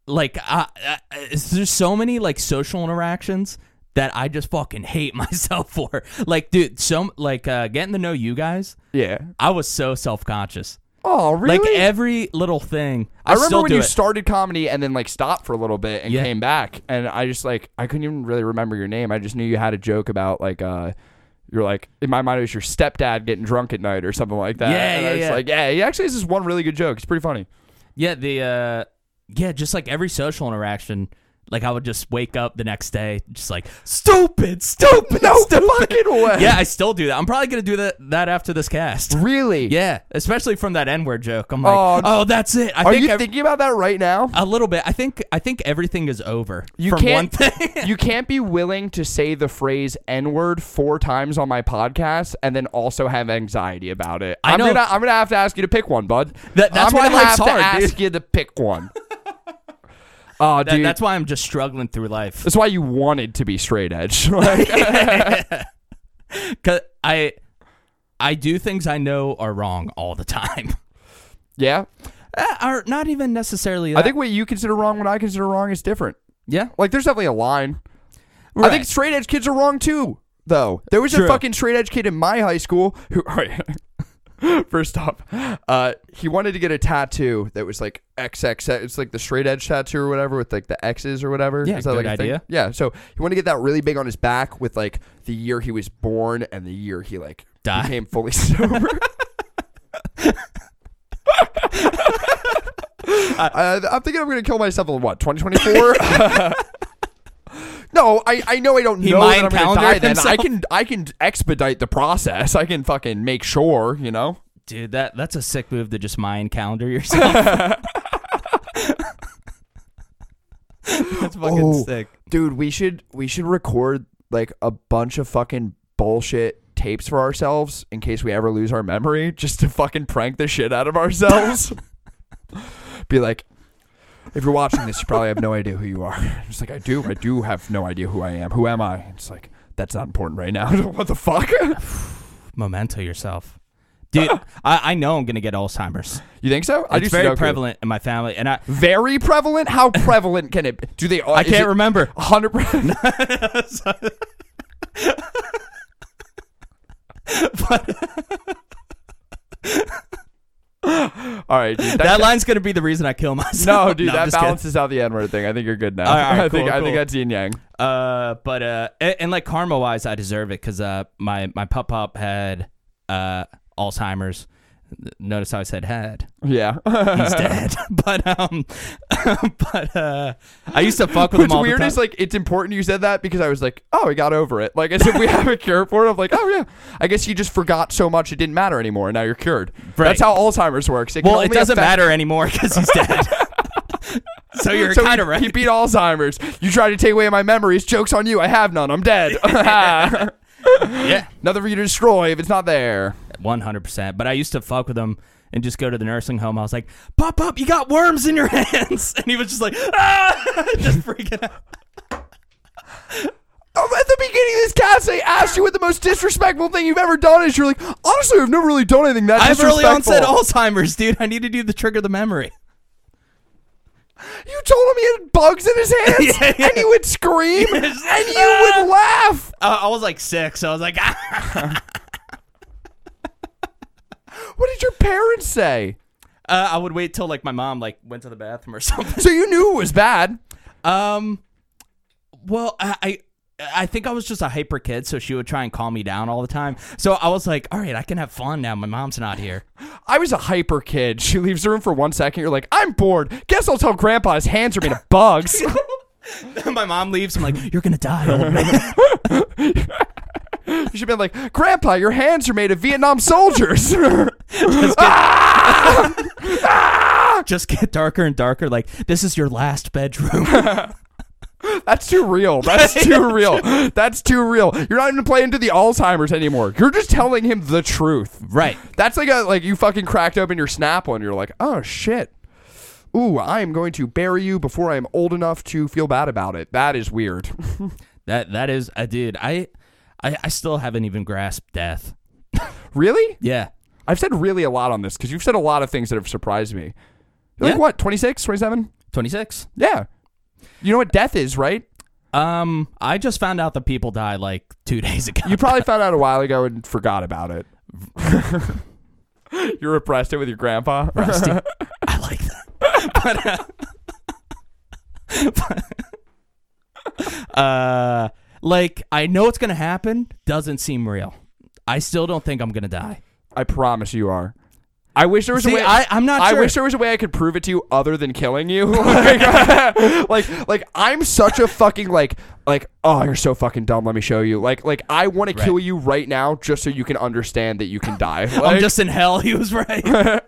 like uh, uh, there's so many like social interactions that I just fucking hate myself for. Like, dude, so like uh, getting to know you guys,
yeah.
I was so self conscious.
Oh, really?
Like every little thing. I,
I remember
still
when
do
you
it.
started comedy and then like stopped for a little bit and
Yeah.
came back, and I just like I couldn't even really remember your name. I just knew you had a joke about like uh, you're like in my mind it was your stepdad getting drunk at night or something like that.
Yeah,
and I
yeah,
was
yeah.
Like yeah, he actually has this one really good joke. It's pretty funny.
Yeah, the uh yeah, just like every social interaction, like I would just wake up the next day just like stupid, stupid,
No
stupid.
Oh, fucking way.
Yeah, I still do that. I'm probably gonna do that that after this cast.
Really?
Yeah, especially from that N word joke. I'm like,
Oh,
oh, that's it. I
Are
think
you
ev-
thinking about that right now?
a little bit. I think I think everything is over.
You
from
can't.
one thing.
you can't be willing to say the phrase "n word" four times on my podcast and then also have anxiety about it.
I
am
know.
Gonna, I'm gonna have to ask you to pick one, bud.
That- that's
I'm
why
gonna
life's
have to
hard, dude.
ask you to pick one. Oh,
That-
dude.
that's why I'm just struggling through life.
That's why you wanted to be straight edge. Like,
Cause I I do things I know are wrong all the time.
yeah.
Uh, Or not even necessarily. That.
I think what you consider wrong, what I consider wrong, is different.
yeah.
Like, there's definitely a line. I
Right.
think straight edge kids are wrong too, though. There was a
True.
fucking straight edge kid in my high school who. all right. First off, uh, he wanted to get a tattoo that was like XX. It's like the straight edge tattoo or whatever with like the X's or whatever.
Yeah,
Is that
good
like a thing?
idea.
Yeah, so he wanted to get that really big on his back with like the year he was born and the year he like
Die.
became fully sober. Uh, I'm thinking I'm going to kill myself in what 2024. no, I, I know I don't
He
know that
mind
I'm going to die.
calendared
Then I
himself.
can I can expedite the process. I can fucking make sure. You know.
Dude, that that's a sick move to just mind calendar yourself. that's fucking
Oh.
sick.
dude we should we should record like a bunch of fucking bullshit tapes for ourselves in case we ever lose our memory just to fucking prank the shit out of ourselves be like If you're watching this, you probably have no idea who you are. I'm just like, I do. I do have no idea who I am. Who am I? It's like, that's not important right now. what the fuck?
Memento yourself. Dude, I, I know I'm going to get Alzheimer's.
You think so?
It's very
Sudoku.
prevalent in my family. And I,
Very prevalent? How prevalent can it Oh, be? Do they all,
I can't remember.
100%. all right, dude.
That line's going to be the reason I kill myself.
No, dude,
I'm
that
just kidding.
balances out the N word thing. I think you're good now.
All right, all right,
I think
cool,
I think
cool.
that's yin yang.
Uh, but uh, and, and like karma wise, I deserve it because uh, my my pup pup had uh Alzheimer's. Notice how I said had.
Yeah.
He's dead. but um, but uh, I used to fuck with
What's
him all
weird
the time.
is like it's important you said that because I was like, oh, we got over it. Like as if we have a cure for it. I'm like, oh yeah. I guess you just forgot so much it didn't matter anymore, and now you're cured.
Right.
That's how Alzheimer's works. can
well, it
only
doesn't
affect-
matter anymore because he's dead. so Oh, you're
So
kind of
he-
right.
He beat Alzheimer's. You tried to take away my memories. Jokes on you. I have none. I'm dead.
yeah,
Nothing for you to destroy if it's not there.
one hundred percent. But I used to fuck with him. And just go to the nursing home. I was like, "Pop up, you got worms in your hands," and he was just like, "Ah!" just freaking out.
Oh, At the beginning of this cast, I asked you what the most disrespectful thing you've ever done is. You're like, honestly, I've never really done anything that
I have early
disrespectful.
onset Alzheimer's, dude. I need to do the trigger the memory.
You told him he had bugs in his hands,
Yeah, yeah.
and he would scream,
Yes.
and you would laugh.
Uh, I was like six. So I was like, ah.
What did your parents say?
uh, I would wait till like my mom like went to the bathroom or something.
So you knew it was bad.
Um, well, I. I I think I was just a hyper kid, so she would try and calm me down all the time. So I was like, "All right, I can have fun now. My mom's not here."
I was a hyper kid. She leaves the room for one second. You're like, I'm bored. Guess I'll tell Grandpa his hands are made of bugs.
My mom leaves. I'm like, "You're gonna die." old man."
You should have been like, Grandpa, your hands are made of Vietnam soldiers.
just get darker and darker. Like this is your last bedroom.
That's too real. That's too real. That's too real. You're not even playing to the Alzheimer's anymore. You're just telling him the truth.
right.
That's like a like you fucking cracked open your snap one. You're like, oh shit. Ooh, I am going to bury you before I am old enough to feel bad about it. That is weird.
That that is, I did. I, I I still haven't even grasped death.
really?
Yeah.
I've said really a lot on this because you've said a lot of things that have surprised me. You're
Yeah.
like what, 26, 27?
Twenty six.
Yeah. You know what death is, right?
Um, I just found out that people die like two days ago.
You probably found out a while ago and forgot about it. you repressed it with your grandpa.
Rusty. I like that. But, uh, but, uh, like I know it's gonna happen. Doesn't seem real. I still don't think I'm gonna die.
I promise you are. I wish there was
See,
a way.
I- I'm not
I
sure.
wish there was a way I could prove it to you other than killing you. like, like, like, I'm such a fucking like, like. Oh, you're so fucking dumb. Let me show you. Like, like, I want to kill you right now just so you can understand that you can die. Like,
I'm just in hell. He was right.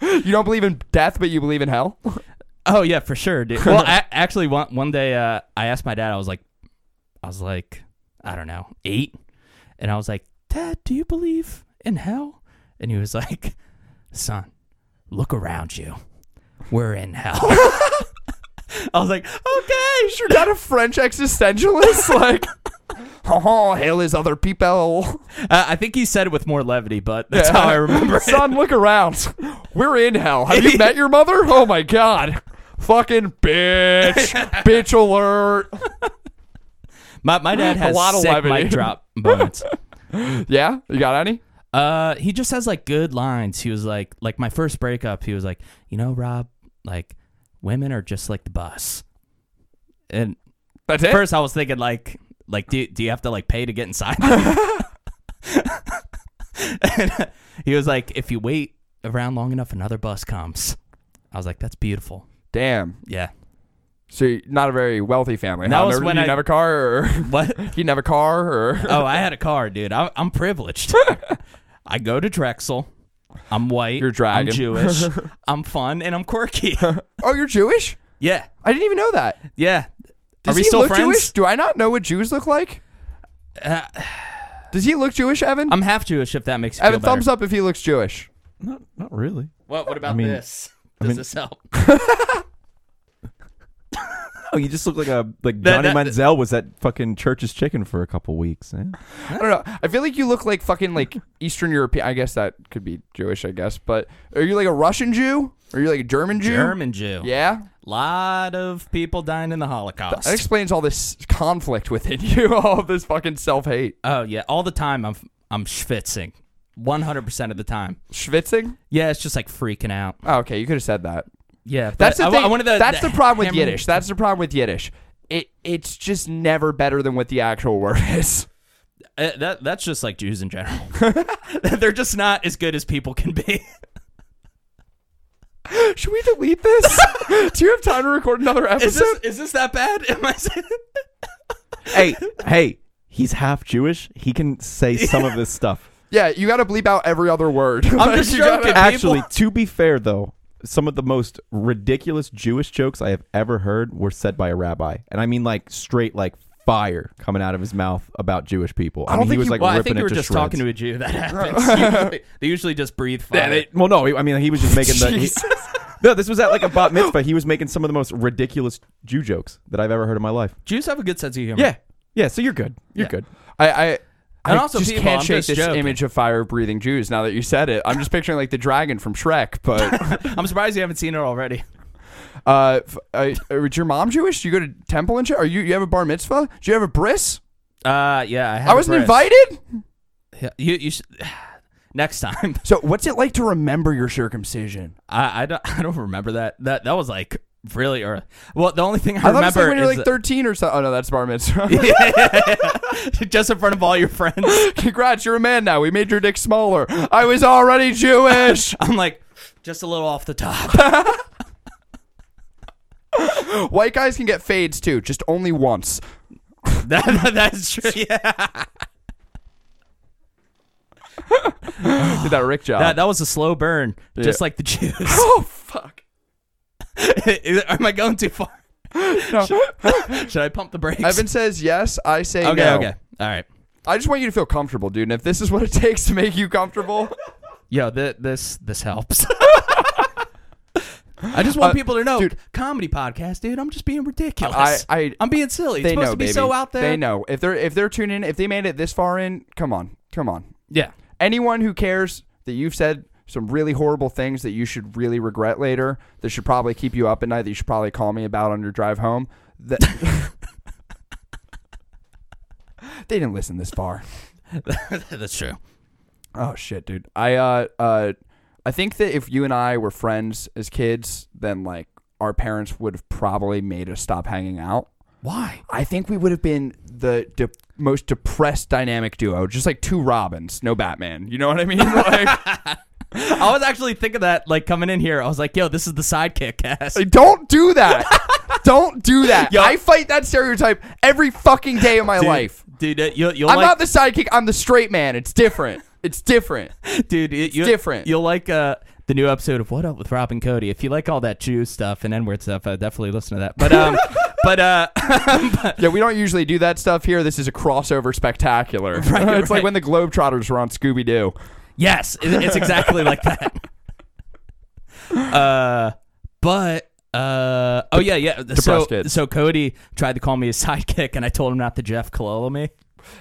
you don't believe in death, but you believe in hell.
oh yeah, for sure, dude. Well, I, actually, one one day, uh, I asked my dad. I was like, I was like, I don't know, eight, and I was like, Dad, do you believe in hell? And he was like, Son, look around you. We're in hell. I was like, okay, sure.
You're not a French existentialist. like, oh, hell is other people.
Uh, I think he said it with more levity, but that's how I remember it.
Son, look around. We're in hell. Have you met your mother? Oh my god. Fucking bitch. bitch alert.
My, my dad has a
lot
lot
of
of sick
levity.
mic drop moments.
Yeah? You got any?
Uh, he just has like good lines. He was like, like my first breakup, he was like, you know, Rob, like women are just like the bus. And
That's it.
first, I was thinking like, like do do you have to like pay to get inside? and uh, he was like, if you wait around long enough, another bus comes. I was like, that's beautiful.
Damn.
Yeah.
So you're not a very wealthy family.
That
huh?
was
Never-
when
you
I-
didn't have a car or you
What?
didn't have a car or
oh, I had a car, dude. I'm, I'm privileged. I go to Drexel. I'm white.
You're dragging.
I'm Jewish. I'm fun and I'm quirky.
Oh, you're Jewish?
yeah.
I didn't even know that.
Yeah.
Does
Are we
he
still
look
friends?
Jewish? Do I not know what Jews look like?
Uh,
Does he look Jewish, Evan?
I'm half Jewish if that makes you
Evan,
feel better.
thumbs up if he looks Jewish.
Not, not really.
What, what about
mean-
this? Does
mean-
this help?
Oh, you just look like a like
That-
Johnny
that-
Manziel was at fucking church's chicken for a couple weeks. Eh?
I don't know. I feel like you look like fucking like Eastern European. I guess that could be Jewish. I guess, but are you like a Russian Jew? Are you like a German Jew?
German Jew.
Yeah,
Lot of people dying in the Holocaust.
that explains all this conflict within you. All this fucking self hate.
oh yeah, all the time I'm I'm schwitzing. 100% of the time.
Schwitzing.
Yeah, it's just like freaking out.
Oh, okay, you could have said that.
Yeah, but
That's the
I,
thing.
I wanted the,
that's the, problem with
hammer-
Yiddish. That's the problem with Yiddish. It it's just never better than what the actual word is.
Uh, that that's just like Jews in general. They're just not as good as people can be.
Should we delete this? Do you have time to record another episode?
Is this is this that bad? Am I saying-
hey, hey, he's half Jewish. He can say some of this stuff.
yeah, you got to bleep out every other word. Like,
just
you gotta-
joking.
Actually,
people-
to be fair though, some of the most ridiculous Jewish jokes I have ever heard were said by a rabbi, and I mean like straight like fire coming out of his mouth about Jewish people. I,
don't
mean, he
think
was
you-
like
well, I
ripping
think
it
you were
to
just
shreds.
talking to a Jew. That happens. usually, they usually just breathe fire.
Yeah, they- well, no, I mean he was just making the. he- no, this was at like a bat mitzvah. He was making some of the most ridiculous Jew jokes that I've ever heard in my life.
Jews have a good sense of humor.
Yeah, yeah. So you're good. You're good.
I, I I
And also
just
people,
can't
I'm
shake
just
this
joking.
image of fire breathing Jews. Now that you said it, I'm just picturing like the dragon from Shrek. But
I'm surprised you haven't seen it already.
uh, f- uh, was your mom Jewish? Do you go to temple and shit? Are you you have a bar mitzvah? Do you have a bris?
Uh, yeah, I, had
I
a
wasn't
breast.
invited.
Yeah, You, you should, next time.
So what's it like to remember your circumcision?
I, I don't, I don't remember that. That, that was like really early. Well, the only thing I,
I, thought it was
remember
like when you're
is
like 13 or something. Oh no, that's bar mitzvah.
just in front of all your friends.
Congrats, you're a man now. We made your dick smaller. I was already Jewish.
I'm like, just a little off the top.
White guys can get fades too, just only once.
that, that's true. Yeah.
Did that Rick job?
That, that was a slow burn, just
Uh, Yeah.
like the Jews.
oh fuck.
Am I going too far?
No.
Should I pump the brakes?
Evan says yes. I say
okay,
no.
okay. All right.
I just want you to feel comfortable, dude. And if this is what it takes to make you comfortable,
Yo, th- this this helps. I just want people to know,
Uh, dude.
comedy podcast, dude. I'm just being
I,
ridiculous.
I
am being silly. It's
they
supposed
know,
to be
baby.
so out there.
They know if they're if they're tuning in, if they made it this far in, come on, come on.
Yeah.
Anyone who cares that you've said some really horrible things that you should really regret later, that should probably keep you up at night, that you should probably call me about on your drive home. That they didn't listen this far.
That's true.
Oh shit, dude. I uh uh I think that if you and I were friends as kids, then like our parents would have probably made us stop hanging out.
Why?
I think we would have been the de- most depressed dynamic duo, just like two Robins, no Batman. You know what I mean? Like,
I was actually thinking that, like, coming in here, I was like, yo, this is the sidekick cast.
like, don't do that. don't do that.
Yo.
I fight that stereotype every fucking day of my
Dude,
life.
Dude, uh, you'll, you'll
I'm
like,
not the sidekick. I'm the straight man. It's different. It's different.
dude, you, you,
different.
You'll like uh, the new episode of What Up with Rob and Cody. If you like all that Jew stuff and N word stuff, uh, definitely listen to that. But, um, but, uh,
Yeah, we don't usually do that stuff here. This is a crossover spectacular. it's
right.
like when the Globetrotters were on Scooby Doo.
Yes, it- it's exactly like that. Uh, but uh, oh yeah, yeah. So
Depressed kid.
so Cody tried to call me his sidekick, and I told him not to Jeff Kalala me.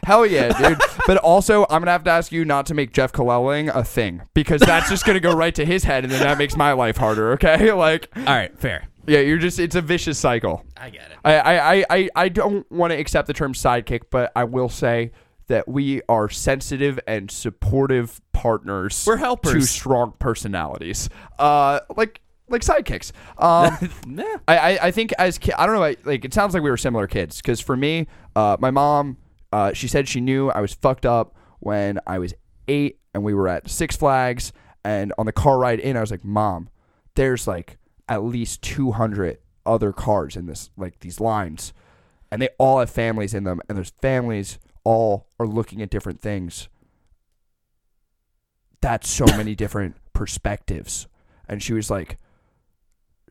Hell yeah, dude. but also, I'm going to have to ask you not to make Jeff Kaleling a thing because that's just going to go right to his head and then that makes my life harder, okay? Like,
All right, fair.
yeah, you're just, it's a vicious cycle.
I get it.
I, I, I- I, I don't want to accept the term sidekick, but I will say that we are sensitive and supportive partners.
We're helpers.
To strong personalities. Uh, like, like sidekicks. Um,
Nah.
I, I, I think as ki- I don't know I, like it sounds like we were similar kids because for me, uh, my mom, uh, she said she knew I was fucked up when I was eight and we were at Six Flags and on the car ride in I was like, Mom, there's like at least two hundred other cars in this like these lines, and they all have families in them and those families all are looking at different things. That's so many different perspectives, and she was like.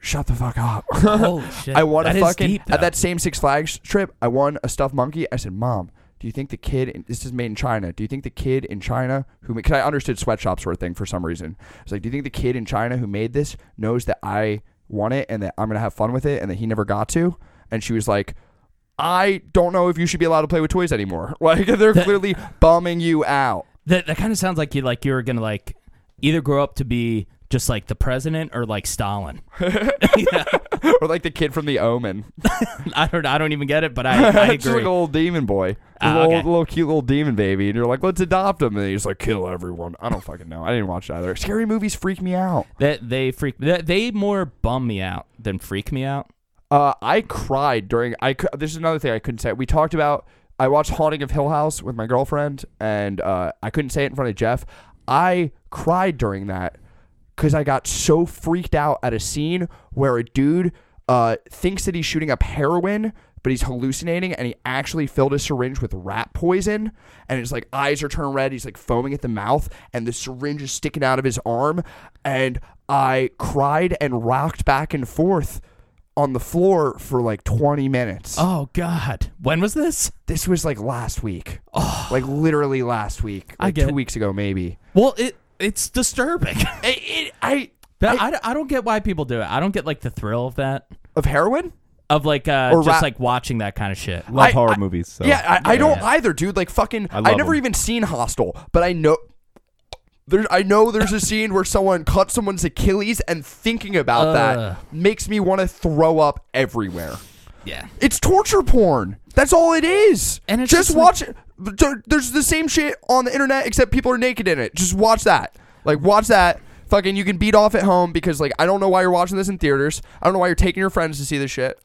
Shut the fuck up.
Holy shit!
I won
That
a
is
fucking
deep,
at
though.
that same Six Flags trip. I won a stuffed monkey. I said, "Mom, Do you think the kid? In, this is made in China. Do you think the kid in China who? Because I understood sweatshops were a thing for some reason. I was like, do you think the kid in China who made this knows that I want it and that I'm gonna have fun with it and that he never got to? And she was like, I don't know if you should be allowed to play with toys anymore. Like they're clearly bumming you out.
That that kind of sounds like you like you were gonna like either grow up to be just like the president or like Stalin.
or like the kid from The Omen,
I don't I don't even get it, but I, I
just like
agree.
a little demon boy, a
Ah,
little,
okay.
little cute little demon baby, and you're like, let's adopt him, and he's like, kill everyone. I don't fucking know. I didn't watch it either. Scary movies freak me out.
That they freak that they more bum me out than freak me out.
Uh, I cried during. I cou- this is another thing I couldn't say. We talked about. I watched Haunting of Hill House with my girlfriend, and uh, I couldn't say it in front of Jeff. I cried during that because I got so freaked out at a scene where a dude uh, thinks that he's shooting up heroin, but he's hallucinating, and he actually filled a syringe with rat poison, and his like eyes are turning red. He's like foaming at the mouth, and the syringe is sticking out of his arm, and I cried and rocked back and forth on the floor for like 20 minutes.
Oh God, when was this?
This was like last week. Like literally last week.
Oh. I
Like
get
two
it.
weeks ago, maybe.
Well, it it's disturbing.
It, it, I
That- I, I don't get why people do it. I don't get like the thrill of that
of heroin.
of like uh,
Or ra-
just like watching that kind of shit.
Love
I-
horror
I-
movies. So.
yeah, I, I don't
Yeah.
either, dude. Like fucking, I,
love
never
'em.
even seen Hostel, but I know. There's, I know there's a scene where someone cut someone's Achilles, and thinking about
Ugh.
that makes me want to throw up everywhere.
Yeah.
It's torture porn. That's all it is.
And it's
just,
just like-
watch it. There- There's the same shit on the internet except people are naked in it. Just watch that. Like watch that. Fucking you can beat off at home because like I don't know why you're watching this in theaters. I don't know why you're taking your friends to see this shit.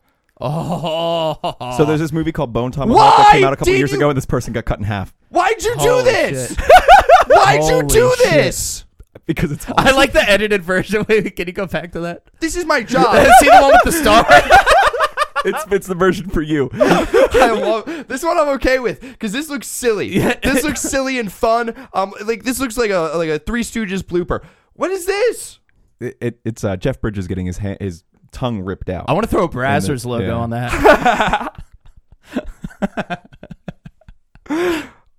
Oh.
So there's this movie called Bone Tomahawk
Why
that came out a couple
did
years
you-
ago, and this person got cut in half
Why'd you
Holy
do this?
shit.
Why'd you
Holy
do
shit.
this?
because it's.
I like the edited version. Wait, can you go back to that?
This is my job.
See the one with the star?
it's, it's the version for you.
I love this one. I'm okay with because this looks silly. This looks silly and fun. Um, like this looks like a like a Three Stooges blooper. What is this?
It, it, it's uh, Jeff Bridges getting his hand, his tongue ripped out.
I want to throw a Brazzers
Yeah.
logo on that.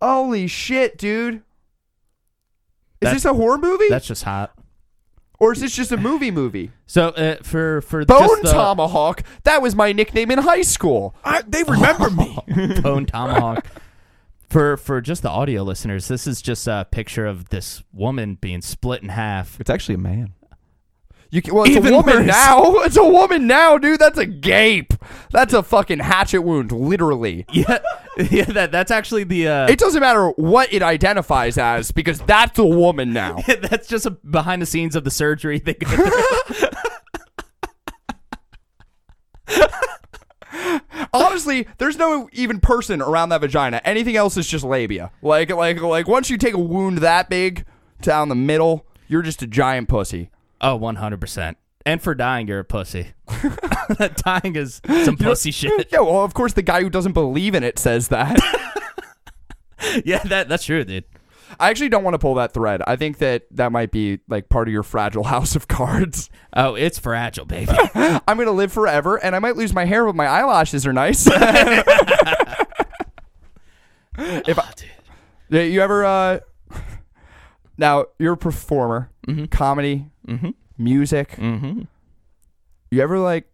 Holy shit, dude. Is
That-
this a horror movie?
That's just hot.
Or is this just a movie movie?
So uh, for for
Bone
just the
Tomahawk. That was my nickname in high school.
I, they remember me.
Bone Tomahawk. For for just the audio listeners, this is just a picture of this woman being split in half.
It's actually a man.
You can, well, it's
Even
a woman
worse.
now. It's a woman now, dude. That's a gape. That's a fucking hatchet wound, literally.
Yeah, yeah. That that's actually the. Uh,
It doesn't matter what it identifies as because that's a woman now.
that's just a behind the scenes of the surgery. They go through.
Honestly, there's no even person around that vagina. Anything else is just labia. Like, like, like. Once you take a wound that big down the middle, you're just a giant pussy.
oh, one hundred percent. And for dying, you're a pussy. dying is some pussy shit.
Yeah, well, of course, the guy who doesn't believe in it says that.
Yeah, that that's true, dude.
I actually don't want to pull that thread. I think that that might be like part of your fragile house of cards.
Oh, it's fragile, baby.
I'm gonna live forever, and I might lose my hair, but my eyelashes are nice. if
Ah,
I, Yeah, you ever uh, now you're a performer, comedy, music.
mm-hmm.
You ever like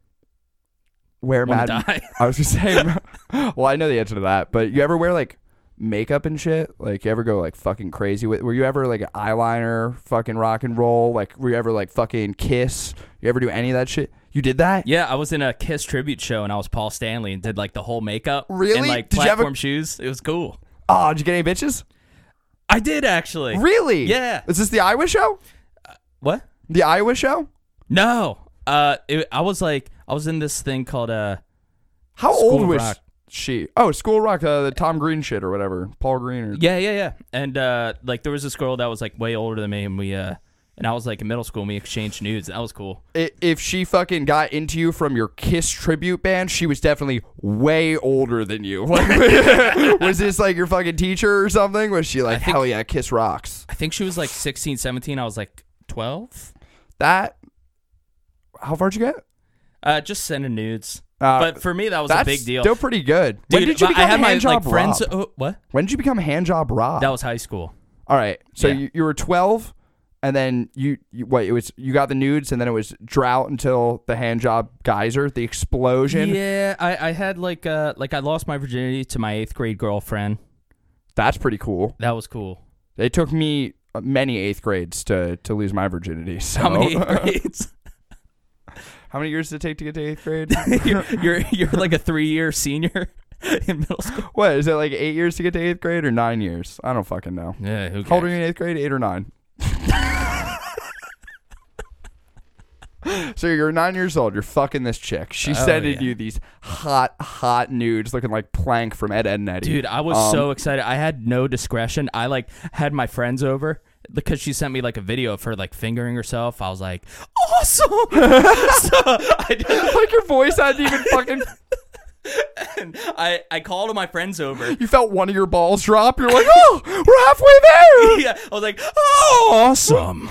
wear
Wanna
mad?
die?
I was just saying. well, I know the answer to that, but you ever wear like makeup and shit? Like you ever go like fucking crazy with? Were you ever like an eyeliner, fucking rock and roll? Like were you ever like fucking kiss? You ever do any of that shit? You did that?
Yeah, I was in a Kiss tribute show and I was Paul Stanley and did like the whole makeup.
Really?
And like
Did you have a-
platform shoes. It was cool.
Oh, did you get any bitches?
I did actually.
Really?
Yeah.
Is this the Iowa show?
What?
The Iowa show?
No. Uh, it, I was like, I was in this thing called uh,
How
School
old
of
was
Rock.
she? Oh, School of Rock, uh, the Tom Green shit or whatever, Paul Green. Or,
yeah, yeah, yeah, and uh, like there was this girl that was like way older than me, and we uh, and I was like in middle school, and we exchanged nudes. That was cool.
I- If she fucking got into you from your Kiss tribute band, she was definitely way older than you. Like, was this like your fucking teacher or something? Was she like, hell yeah, Kiss rocks?
I think she was like 16, 17. I was like 12.
That. How far'd you get?
Uh, just sending nudes.
Uh,
But for me, that was a
that's
big deal.
still pretty good. when
Dude,
did you
but
become
I had my
handjob
like friends.
Rob? Uh,
oh, what?
when did you become handjob Rob?
That was high school.
All right, so
Yeah.
you, you were twelve, and then you, you what? It was you got the nudes, and then it was drought until the handjob geyser, the explosion.
Yeah, I, I had like uh like I lost my virginity to my eighth grade girlfriend.
That's pretty cool.
That was cool.
It took me uh, many eighth grades to to lose my virginity. So
How many eighth grades?
How many years did it take to get to eighth grade?
you're, you're you're like a three year senior in middle school.
what is it like? Eight years to get to eighth grade, or nine years? I don't fucking know.
Yeah, who cares?
How old are you in eighth grade? Eight or nine? so you're nine years old. You're fucking this chick. She
Oh,
sending
yeah.
you these hot, hot nudes, looking like Plank from Ed, Ed and Eddie.
Dude, I was
Um,
so excited. I had no discretion. I like had my friends over because she sent me like a video of her like fingering herself. I was like, awesome. so I, did-
like your voice hadn't even fucking.
I I called all my friends over.
You felt one of your balls drop. You're like, oh, we're halfway there.
Yeah, I was like, oh, awesome.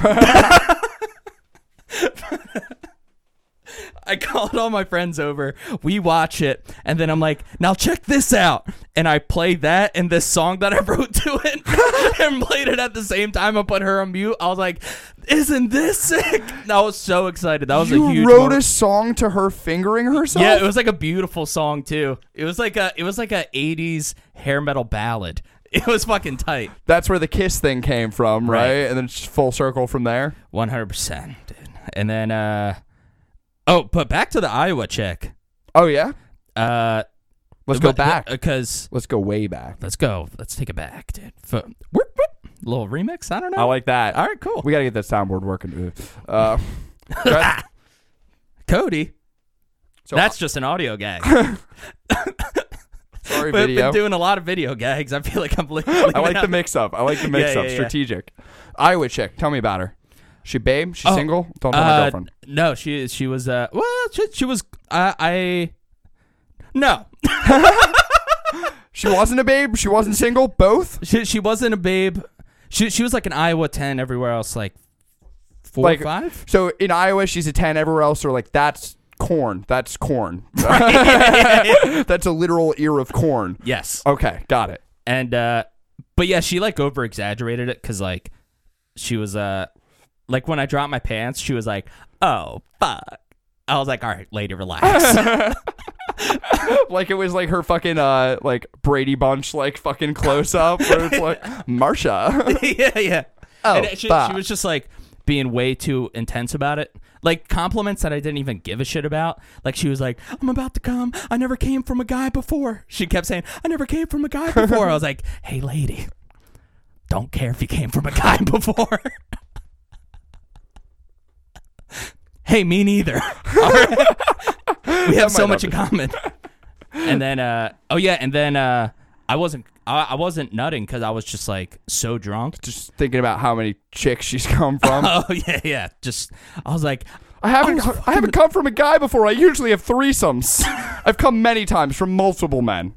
I called all my friends over. We watch it, and then I'm like, "Now check this out!" And I play that and this song that I wrote to it, and played it at the same time. I put her on mute. I was like, "Isn't this sick?" And I was so excited. That was
You
a huge.
wrote
moment.
a song to her fingering herself.
yeah, it was like a beautiful song too. It was like a it was like a '80s hair metal ballad. It was fucking tight.
That's where the kiss thing came from, right?
Right.
And then it's just full circle from there.
One hundred percent, dude. And then, uh, oh, but back to the Iowa check.
Oh yeah,
Uh,
let's go back.
because
Let's go way back.
let's go. Let's take it back, dude. F- whoop, whoop. Little remix. I don't know.
I like that.
All right, cool.
We gotta get that soundboard working. Uh, right?
Cody.
So-
That's just an audio gag. We've
sorry,
been
video.
doing a lot of video gags. I feel like I'm. Li-
I like the mix up. I like the mix up.
yeah, yeah.
Strategic. Iowa chick. Tell me about her. She babe. She
Oh,
single. Don't tell my
Uh,
girlfriend.
no, she she was. Uh, well, she, she was. Uh, I. No,
She wasn't a babe. She wasn't single. Both.
she she wasn't a babe. She she was like an Iowa ten everywhere else, like four
Like-
or five.
So in Iowa, she's a ten. Everywhere else, they're like that's corn. That's corn. that's a literal ear of corn.
Yes.
Okay, got it.
and uh but yeah she like over exaggerated it because like she was uh like when i dropped my pants she was like oh fuck i was like all right lady relax
Like it was like her fucking uh like Brady Bunch like fucking close up where it's like Marsha.
yeah yeah
Oh,
and she,
fuck.
she was just like being way too intense about it like compliments that i didn't even give a shit about like she was like i'm about to come i never came from a guy before she kept saying i never came from a guy before i was like hey lady don't care if you came from a guy before hey me neither All right. we have so
might
much
not
in common and then uh oh yeah and then uh i wasn't i, I wasn't nutting because i was just like so drunk
Just thinking about how many chicks she's come from.
Oh yeah, yeah. Just I was like,
I haven't
I was
I haven't come from a guy before. I usually have threesomes. I've come many times from multiple men.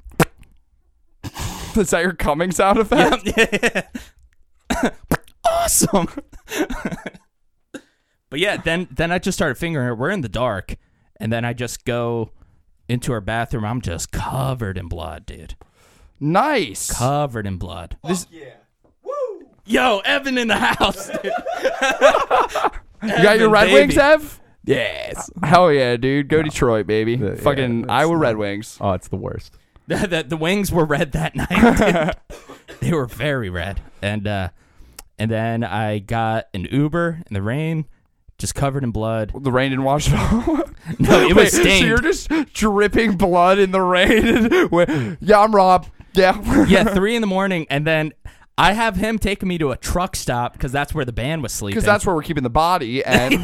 Is that your coming sound effect?
awesome. but yeah, then then I just started fingering her. We're in the dark, and then I just go into her bathroom. I'm just covered in blood, dude.
Nice.
Covered in blood. This- yeah. Woo. Yo, Evan in the house. dude.
you got your
Evan,
Red
baby.
Wings, Ev? Uh,
Yes.
Hell yeah, dude. Go Detroit, baby. Fucking
that's
Iowa
not-
Red Wings.
Oh, it's the worst.
the, the, the wings were red that night. dude. they were very red. And uh and then I got an Uber in the rain, just covered in blood.
The rain didn't wash it off.
No, it
Wait,
was
so
stained.
you're just dripping blood in the rain. Wait, yeah, I'm Rob. Yeah.
yeah, three in the morning, and then I have him taking me to a truck stop because that's where the band was sleeping.
Because that's where we're keeping the body and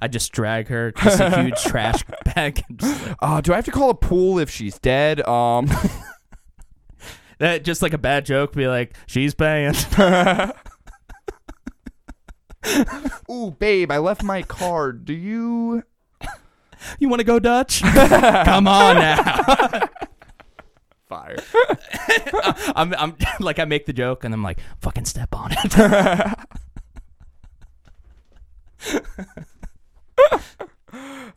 I just drag her, just a huge trash bag. and Just like,
uh, do I have to call a pool if she's dead? Um
that just like a bad joke, be like, she's paying.
Ooh, babe, I left my card. Do you
you want to go Dutch? Come on now.
fire?
I'm, I'm like, I make the joke, and I'm like, fucking step on it.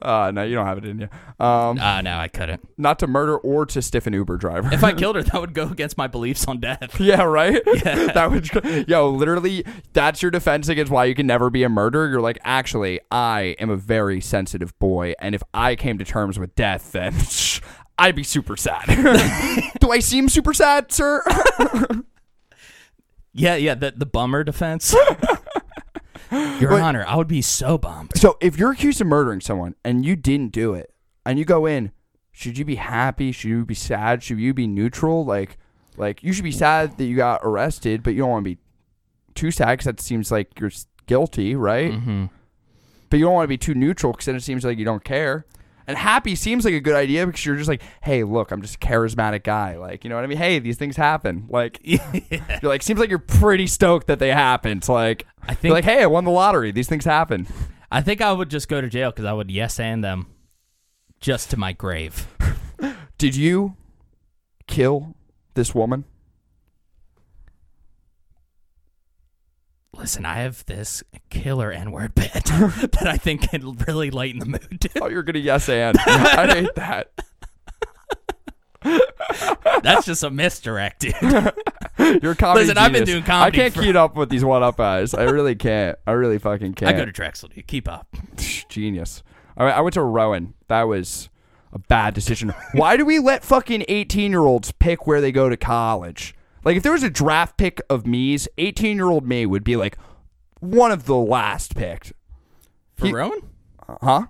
Uh, no, you don't have it in you. Um,
Ah, no, I couldn't.
not to murder or to stiff an Uber driver.
If I killed her, that would go against my beliefs on death.
yeah, right. that would, yo, literally, that's your defense against why you can never be a murderer. You're like, actually, I am a very sensitive boy, and if I came to terms with death, then I'd be super sad. Do I seem super sad, sir?
Yeah, yeah, the, the bummer defense. Your Honor, I would be so bummed.
So if you're accused of murdering someone and you didn't do it, and you go in, should you be happy? Should you be sad? Should you be neutral? Like, like you should be sad that you got arrested, but you don't want to be too sad because that seems like you're s- guilty, right? Mm-hmm. But you don't want to be too neutral because then it seems like you don't care. And happy seems like a good idea because you're just like, hey, look, I'm just a charismatic guy. Like, you know what I mean? Hey, these things happen. Like, you're like, seems like you're pretty stoked that they happened. Like, I think
think-
like, hey, I won the lottery. These things happen.
I think I would just go to jail because I would yes and them just to my grave.
Did you kill this woman?
Listen, I have this killer N word bit that I think can really lighten the mood. dude.
Oh, you're gonna yes and I hate that.
That's just a misdirect, dude.
You're a comedy.
Listen, I've been
genius.
doing comedy
I can't
for-
keep up with these one up guys. I really can't. I really fucking
I
can't.
go to Drexel, dude. Keep up.
genius. All right, I went to Rowan. That was a bad decision. Why do we let fucking 18 year olds pick where they go to college? Like, if there was a draft pick of me's, 18 year old me would be like one of the last picked.
For
He-
Rowan?
Huh?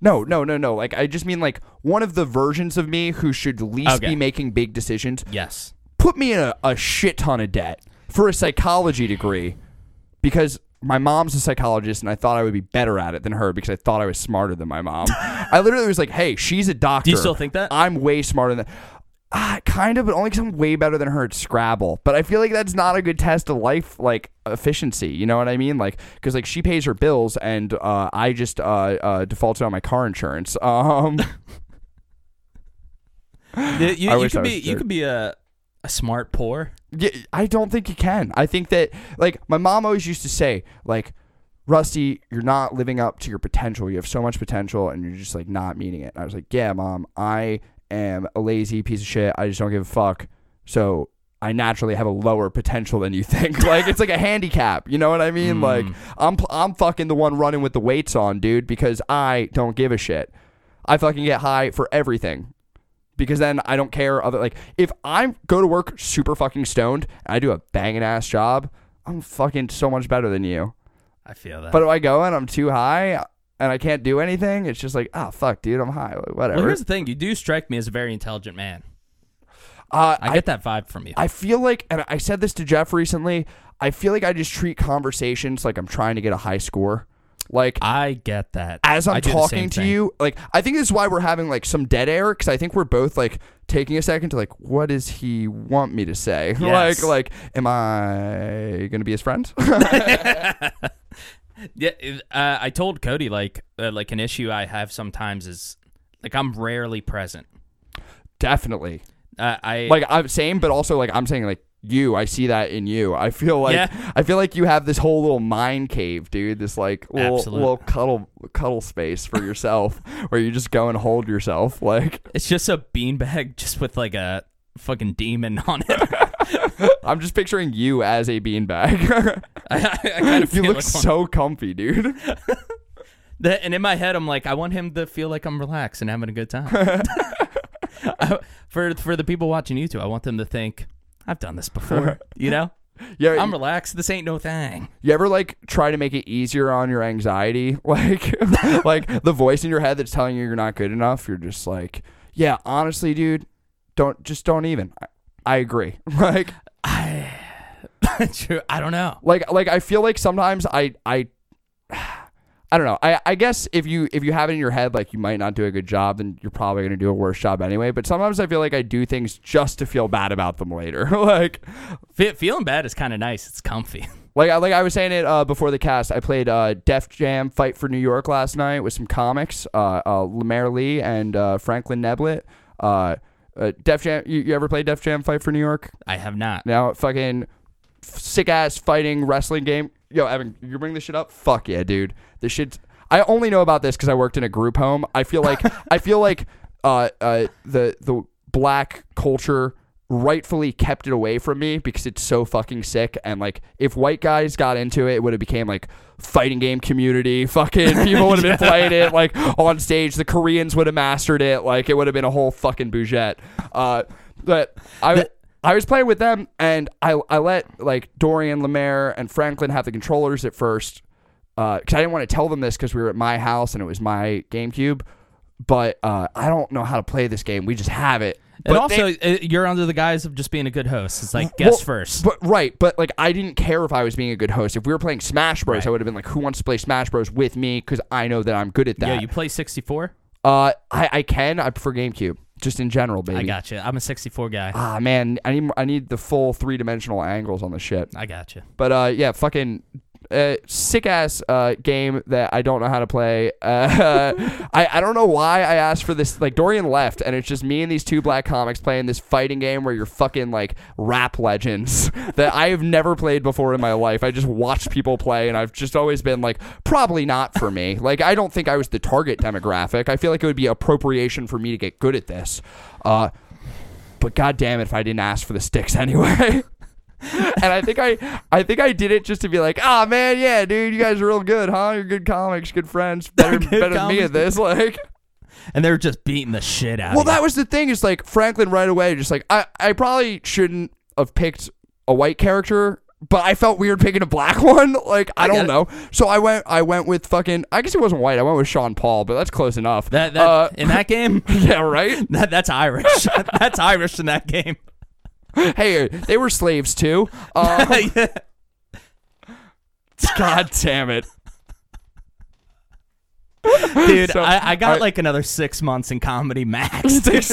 No, no, no, no. Like I just mean like one of the versions of me who should least
Okay.
be making big decisions.
Yes.
Put me in a, a shit ton of debt for a psychology degree because my mom's a psychologist and I thought I would be better at it than her because I thought I was smarter than my mom. I literally was like, "Hey, she's a doctor."
still think that?
I'm way smarter than Ah, kind of, but only because I'm way better than her at Scrabble. But I feel like that's not a good test of life, like efficiency. You know what I mean? Like, because like she pays her bills, and uh, I just uh, uh, defaulted on my car insurance. Um,
You, you-
I
you
wish I
could
was
be you
good.
could be a a smart poor.
Yeah, I don't think you can. I think that like my mom always used to say, like, Rusty, you're not living up to your potential. You have so much potential and you're just like not meeting it. And I was like, Yeah, mom, I am a lazy piece of shit. I just don't give a fuck. So I naturally have a lower potential than you think. like it's like a handicap. You know what I mean? Like I'm pl- I'm fucking the one running with the weights on, dude, because I don't give a shit. I fucking get high for everything because then I don't care other like if I go to work super fucking stoned and I do a banging ass job, I'm fucking so much better than you.
I feel that.
But if I go and I'm too high and I can't do anything, it's just like, ah, fuck, dude, I'm high, like, whatever.
well, here's the thing: you do strike me as a very intelligent man.
uh,
I get that vibe from you.
I feel like, and I said this to Jeff recently. I feel like I just treat conversations like I'm trying to get a high score. Like
I get that.
as I'm
I do the
talking
same
to
thing.
you, like I think this is why we're having like some dead air because I think we're both like taking a second to like, what does he want me to say?
Yes.
like, like, am I gonna be his friend?
Yeah, it- uh, I told Cody like uh, like an issue I have sometimes is like I'm rarely present.
Definitely.
Uh, I
Like I'm same, but also like I'm saying like you. I see that in you. I feel like
Yeah.
I feel like you have this whole little mind cave, dude. This like little
Absolute.
little cuddle cuddle space for yourself where you just go and hold yourself. Like
it's just a beanbag just with like a fucking demon on it.
I'm just picturing you as a beanbag.
I, I, I kind of
you
feel
look
like one.
so comfy, dude.
That- and in my head, I'm like, I want him to feel like I'm relaxed and having a good time. I- for for the people watching YouTube, I want them to think I've done this before. You know,
Yeah,
I'm relaxed. This ain't no thing.
You ever like try to make it easier on your anxiety? Like like the voice in your head that's telling you you're not good enough, you're just like, "Yeah, honestly, dude, don't just don't even." I, I agree. Like
True. I don't know.
like like I feel like sometimes I I I don't know. I, I guess if you if you have it in your head like you might not do a good job, then you're probably gonna do a worse job anyway. But sometimes I feel like I do things just to feel bad about them later. like
Fe- feeling bad is kind of nice. It's comfy.
Like I like I was saying it uh, before the cast. I played uh, Def Jam Fight for New York last night with some comics, uh, uh, Lemaire Lee and uh, Franklin Neblett. Uh, uh, Def Jam. You, you ever played Def Jam Fight for New York?
I have not.
Now fucking sick ass fighting wrestling game. Yo, Evan, you bring this shit up? Fuck yeah, dude. This shit. I only know about this because I worked in a group home. I feel like I feel like uh, uh, the the black culture rightfully kept it away from me because it's so fucking sick. And like, if white guys got into it, it would have became like fighting game community. Fucking people would have been playing it like on stage. The Koreans would have mastered it. Like it would have been a whole fucking bougette. Uh, but I. I was playing with them, and I, I let like Dorian Lemaire and Franklin have the controllers at first, because I didn't want to tell them this because we were at my house and it was my GameCube. But uh, I don't know how to play this game. We just have it. But
And
they-
also, uh, you're under the guise of just being a good host. It's like guess
well,
first.
But right, but like I didn't care if I was being a good host. If we were playing Smash Bros, I would have been like, "Who wants to play Smash Bros with me?" Because I know that I'm good at that.
Yo, you play 64?
uh, I I can. I prefer GameCube just in general, baby.
I got you. I'm a 64 guy.
Ah man, I need I need the full three dimensional angles on the shit.
I got you.
But uh, yeah, fucking uh, sick ass uh, game that I don't know how to play. Uh, I I don't know why I asked for this. Like Dorian left, and it's just me and these two black comics playing this fighting game where you're fucking like rap legends that I have never played before in my life. I just watched people play, and I've just always been like, probably not for me. Like I don't think I was the target demographic. I feel like it would be appropriation for me to get good at this. Uh, but god damn it if I didn't ask for the sticks anyway. and I think I I think I did it just to be like, ah man, yeah, dude, you guys are real good, huh? You're good comics, good friends, better
Good
better than me
comics,
at this. Like
And they're just beating the shit out
Well
of you.
that was the thing, is like Franklin right away just like I, I probably shouldn't have picked a white character but I felt weird picking a black one. Like I, don't know. So I went. I went with fucking. I guess it wasn't white. I went with Sean Paul, but that's close enough.
that, that,
Uh,
in that game,
yeah, right.
that, that's Irish. that's Irish in that game.
Hey, they were slaves too. Uh, God damn it.
Dude,
So,
I, I got
alright.
like another six months in comedy max. dude.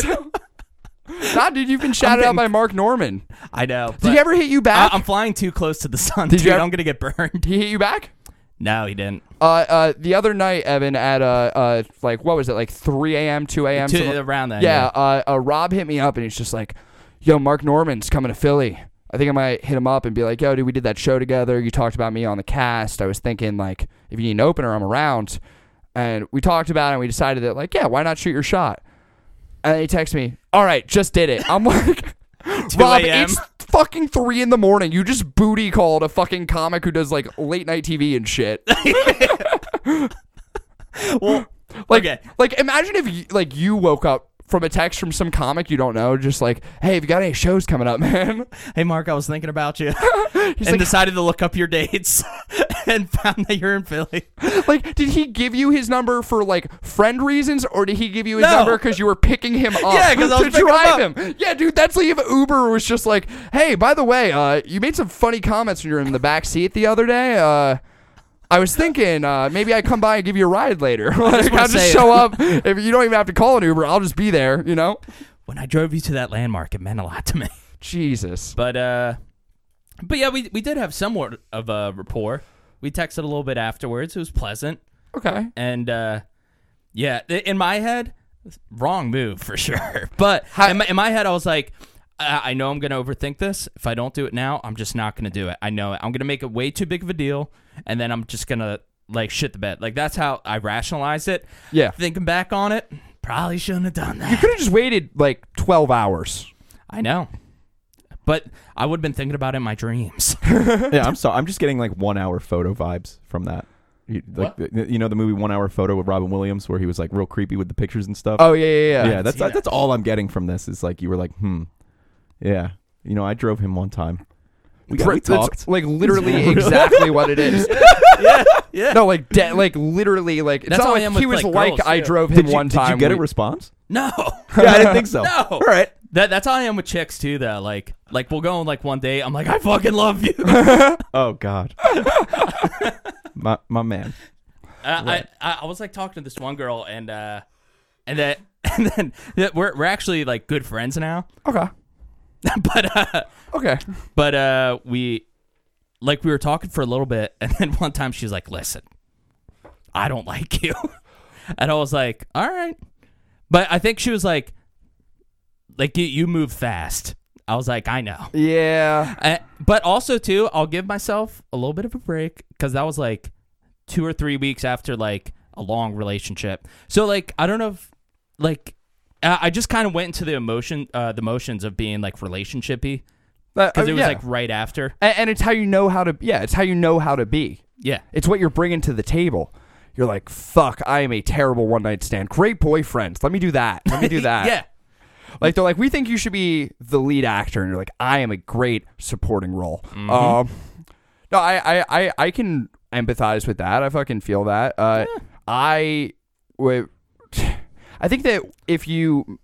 God, dude, you've been shouted out
getting-
by Mark Norman.
I know.
Did he
but
ever hit you
I,
back?
I'm flying too close to the sun,
Did you
dude.
ever-
I'm gonna get burned.
Did he hit you back?
No, he didn't.
Uh, uh, the other night, Evan, at uh, uh, like what was it, like 3 a.m., 2 a.m.
Two-
something-
around then,
Yeah, Uh, uh, Rob hit me up and he's just like, "Yo, Mark Norman's coming to Philly. I think I might hit him up and be like, yo, dude, we did that show together. You talked about me on the cast. I was thinking like, if you need an opener, I'm around.'" And we talked about it and we decided that like, yeah, why not shoot your shot? And he texts me, "All right, just did it." I'm like. Rob,
2 a.m..
it's fucking three in the morning. You just booty called a fucking comic who does like late night TV and shit.
Well,
Like,
Okay.
like imagine if you, like you woke up from a text from some comic you don't know, just like, hey, have you got any shows coming up, man?
hey Mark, I was thinking about you, and decided to look up your dates, and found that you're in Philly.
like, did he give you his number for like friend reasons, or did he give you his
No.
number because you were picking him up?
Yeah, 'cause I
to
was picking him
drive
up.
Yeah, dude, that's like if Uber was just like, hey, by the way, uh, you made some funny comments when you were in the back seat the other day. Uh, I was thinking uh, maybe I come by and give you a ride later. like,
wanna
I'll just
say-
show up. If you don't even have to call an Uber, I'll just be there. You know?
When I drove you to that landmark, it meant a lot to me.
Jesus.
But uh, but yeah, we we did have somewhat of a rapport. We texted a little bit afterwards. It was pleasant,
Okay.
and uh, yeah, i- in my head, wrong move for sure. But in, my, in my head, I was like. I I know I'm going to overthink this. If I don't do it now, I'm just not going to do it. I know it. I'm going to make it way too big of a deal, and then I'm just going to like shit the bed. Like that's how I rationalized it.
Yeah.
Thinking back on it, probably shouldn't have done that.
Could have just waited like 12 hours.
I know. But I would have been thinking about it in my dreams.
yeah, I'm sorry. I'm just getting like one hour photo vibes from that. You, like, the- you know the movie One Hour Photo with Robin Williams, where he was like real creepy with the pictures and stuff.
Oh, yeah, yeah, yeah.
yeah, that's
seen that.
that's all I'm getting from this is like you were like, hmm, yeah. You know, I drove him one time. We, got, we
That's,
talked.
like literally exactly what it is. No, like de- like literally like it's
That's
not
how I
like
am
he was
with, like,
like
girls,
I
too.
drove him
Did you,
one time.
did you get a
we-
response?
No.
Yeah, I didn't think so.
No.
All right.
That, that's how I am with chicks too though. Like like we'll go on like one day, I'm like, I fucking love you.
Oh God. my my man.
Uh, I, I I was like talking to this one girl and uh and that and then that we're we're actually like good friends now.
okay.
but uh
Okay.
but uh we like we were talking for a little bit and then one time she was like listen i don't like you and i was like all right but i think she was like like you, you move fast i was like i know
Yeah.
I, Eh, but also too i'll give myself a little bit of a break because that was like two or three weeks after like a long relationship. So like I don't know if like I I just kind of went into the emotion uh the motions of being like relationshipy
But,
because
uh,
it was
yeah.
like right after.
and, and it's how you know how to yeah it's how you know how to be
Yeah.
it's what you're bringing to the table you're like fuck i am a terrible one night stand great boyfriend let me do that let me do that
Yeah.
like they're like we think you should be the lead actor and you're like i am a great supporting role
Mm-hmm.
um no I, I i i can empathize with that i fucking feel that uh i would i think that if you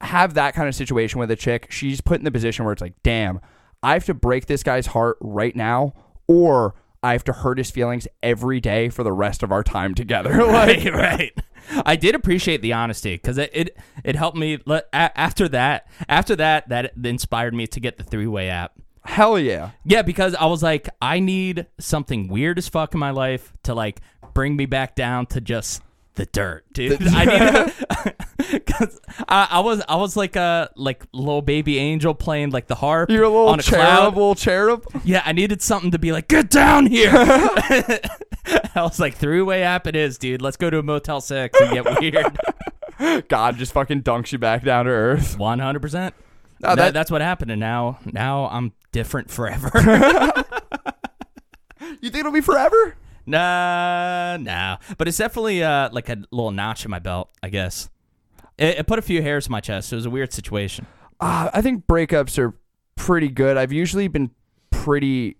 have that kind of situation with a chick, she's put in the position where it's like, damn, I have to break this guy's heart right now, or I have to hurt his feelings every day for the rest of our time together. like,
right, right. I did appreciate the honesty because it, it it helped me. le- a- After that, after that, that inspired me to get the three way app.
hell yeah.
Yeah, because I was like, I need something weird as fuck in my life to like bring me back down to just the dirt, dude. I need because I, I was I was like a like little baby angel playing like the harp.
You're a little
on a cloud.
cherub, little cherub.
Yeah, I needed something to be like, get down here. I was like, three way app it is, dude. Let's go to a Motel 6 and get weird.
God just fucking dunks you back down to earth.
100%.
No,
That-
Oh, that-
that's what happened. And now, now I'm different forever.
You think it'll be forever?
nah, nah. But it's definitely uh, like a little notch in my belt, I guess. It, it put a few hairs in my chest. It was a weird situation.
Uh, I think breakups are pretty good. I've usually been pretty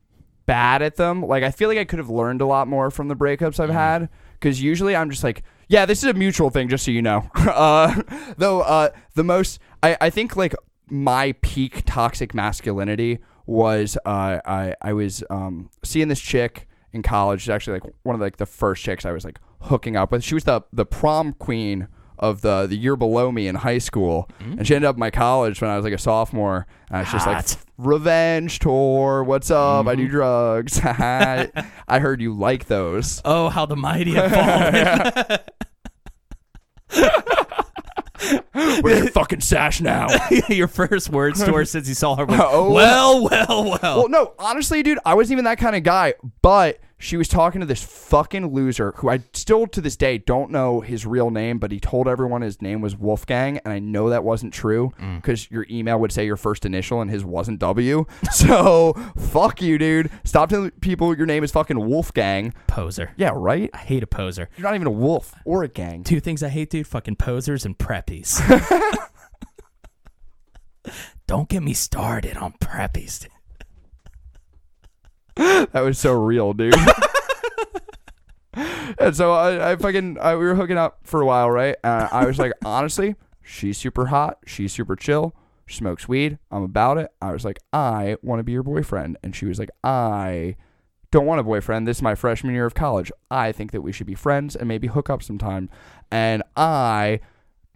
bad at them. Like I feel like I could have learned a lot more from the breakups I've had because usually I'm just like, yeah, this is a mutual thing, just so you know. uh, though uh, the most, I, I think like my peak toxic masculinity was uh, I I was um, seeing this chick in college. She's actually like one of like the first chicks I was like hooking up with. She was the the prom queen of the the year below me in high school, and she ended up at my college when I was like a sophomore. And I was just like,
Hot.
revenge tour. What's up? I do drugs. I heard you like those.
Oh, how the mighty have fallen.
Wear your fucking sash now.
Your first words to her since you saw her was,
Oh.
well, well, well.
Well, no, honestly, dude, I wasn't even that kind of guy, but she was talking to this fucking loser who I still to this day don't know his real name, but he told everyone his name was Wolfgang, and I know that wasn't true because your email would say your first initial and his wasn't W. so fuck you, dude. Stop telling people your name is fucking Wolfgang.
Poser.
Yeah, right?
I hate a poser.
You're not even a wolf or a gang.
Two things I hate, dude: fucking posers and preppies. Don't get me started on preppies. dude.
That was so real, dude. and so I, I fucking I, we were hooking up for a while, right? And I was like, honestly, she's super hot. She's super chill. She smokes weed. I'm about it. I was like, I want to be your boyfriend, and she was like, I don't want a boyfriend. This is my freshman year of college. I think that we should be friends and maybe hook up sometime. And I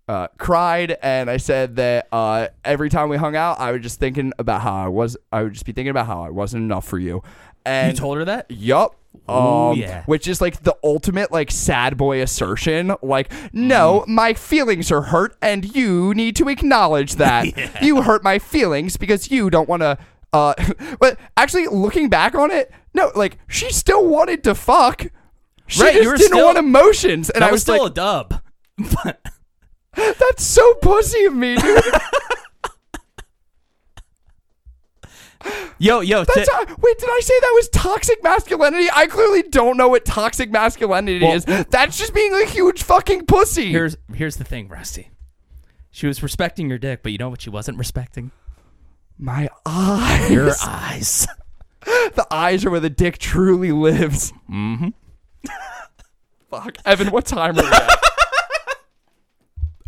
uh, cried and I said that uh, every time we hung out, I was just thinking about how I was. I would just be thinking about how I wasn't enough for you.
You
And
told her that?
Yup.
Ooh,
Um,
yeah.
which is like the ultimate like sad boy assertion. Like, no,
Mm-hmm.
my feelings are hurt, and you need to acknowledge that you hurt my feelings because you don't want to. Uh, but actually, looking back on it, no, like she still wanted to fuck. She
Right, you
just
were
didn't
still-
want emotions, and
That
I
was
was
still
like,
a dub.
"That's so pussy of me, dude."
Yo, yo,
That's
t-
how- wait, did I say that was toxic masculinity? I clearly don't know what toxic masculinity
Well-
is. That's just being a huge fucking pussy.
here's here's the thing, Rusty. She was respecting your dick, but you know what she wasn't respecting?
My eyes.
Your eyes.
the eyes are where the dick truly lives. Mm-hmm. Fuck. Evan, what time are we at?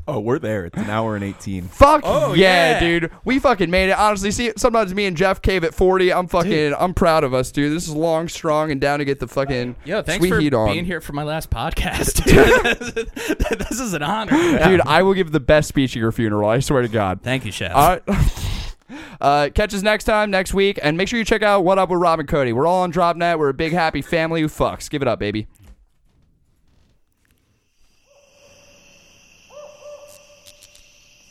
Oh, we're there. It's an hour and 18.
Fuck yeah,
Oh, yeah.
dude. We fucking made it. Honestly, see, sometimes me and Jeff cave at 40. I'm fucking, I'm proud of us, dude. This is long, strong, and down to get the fucking
Yo, thanks
sweet
for
heat on.
being here for my last podcast. dude. this is an honor.
Dude, I will give the best speech at your funeral. I swear to God.
Thank you, Chef.
All right. Uh, catch us next time, next week, and make sure you check out What Up with Rob and Cody. We're all on DropNet. We're a big, happy family who fucks. Give it up, baby.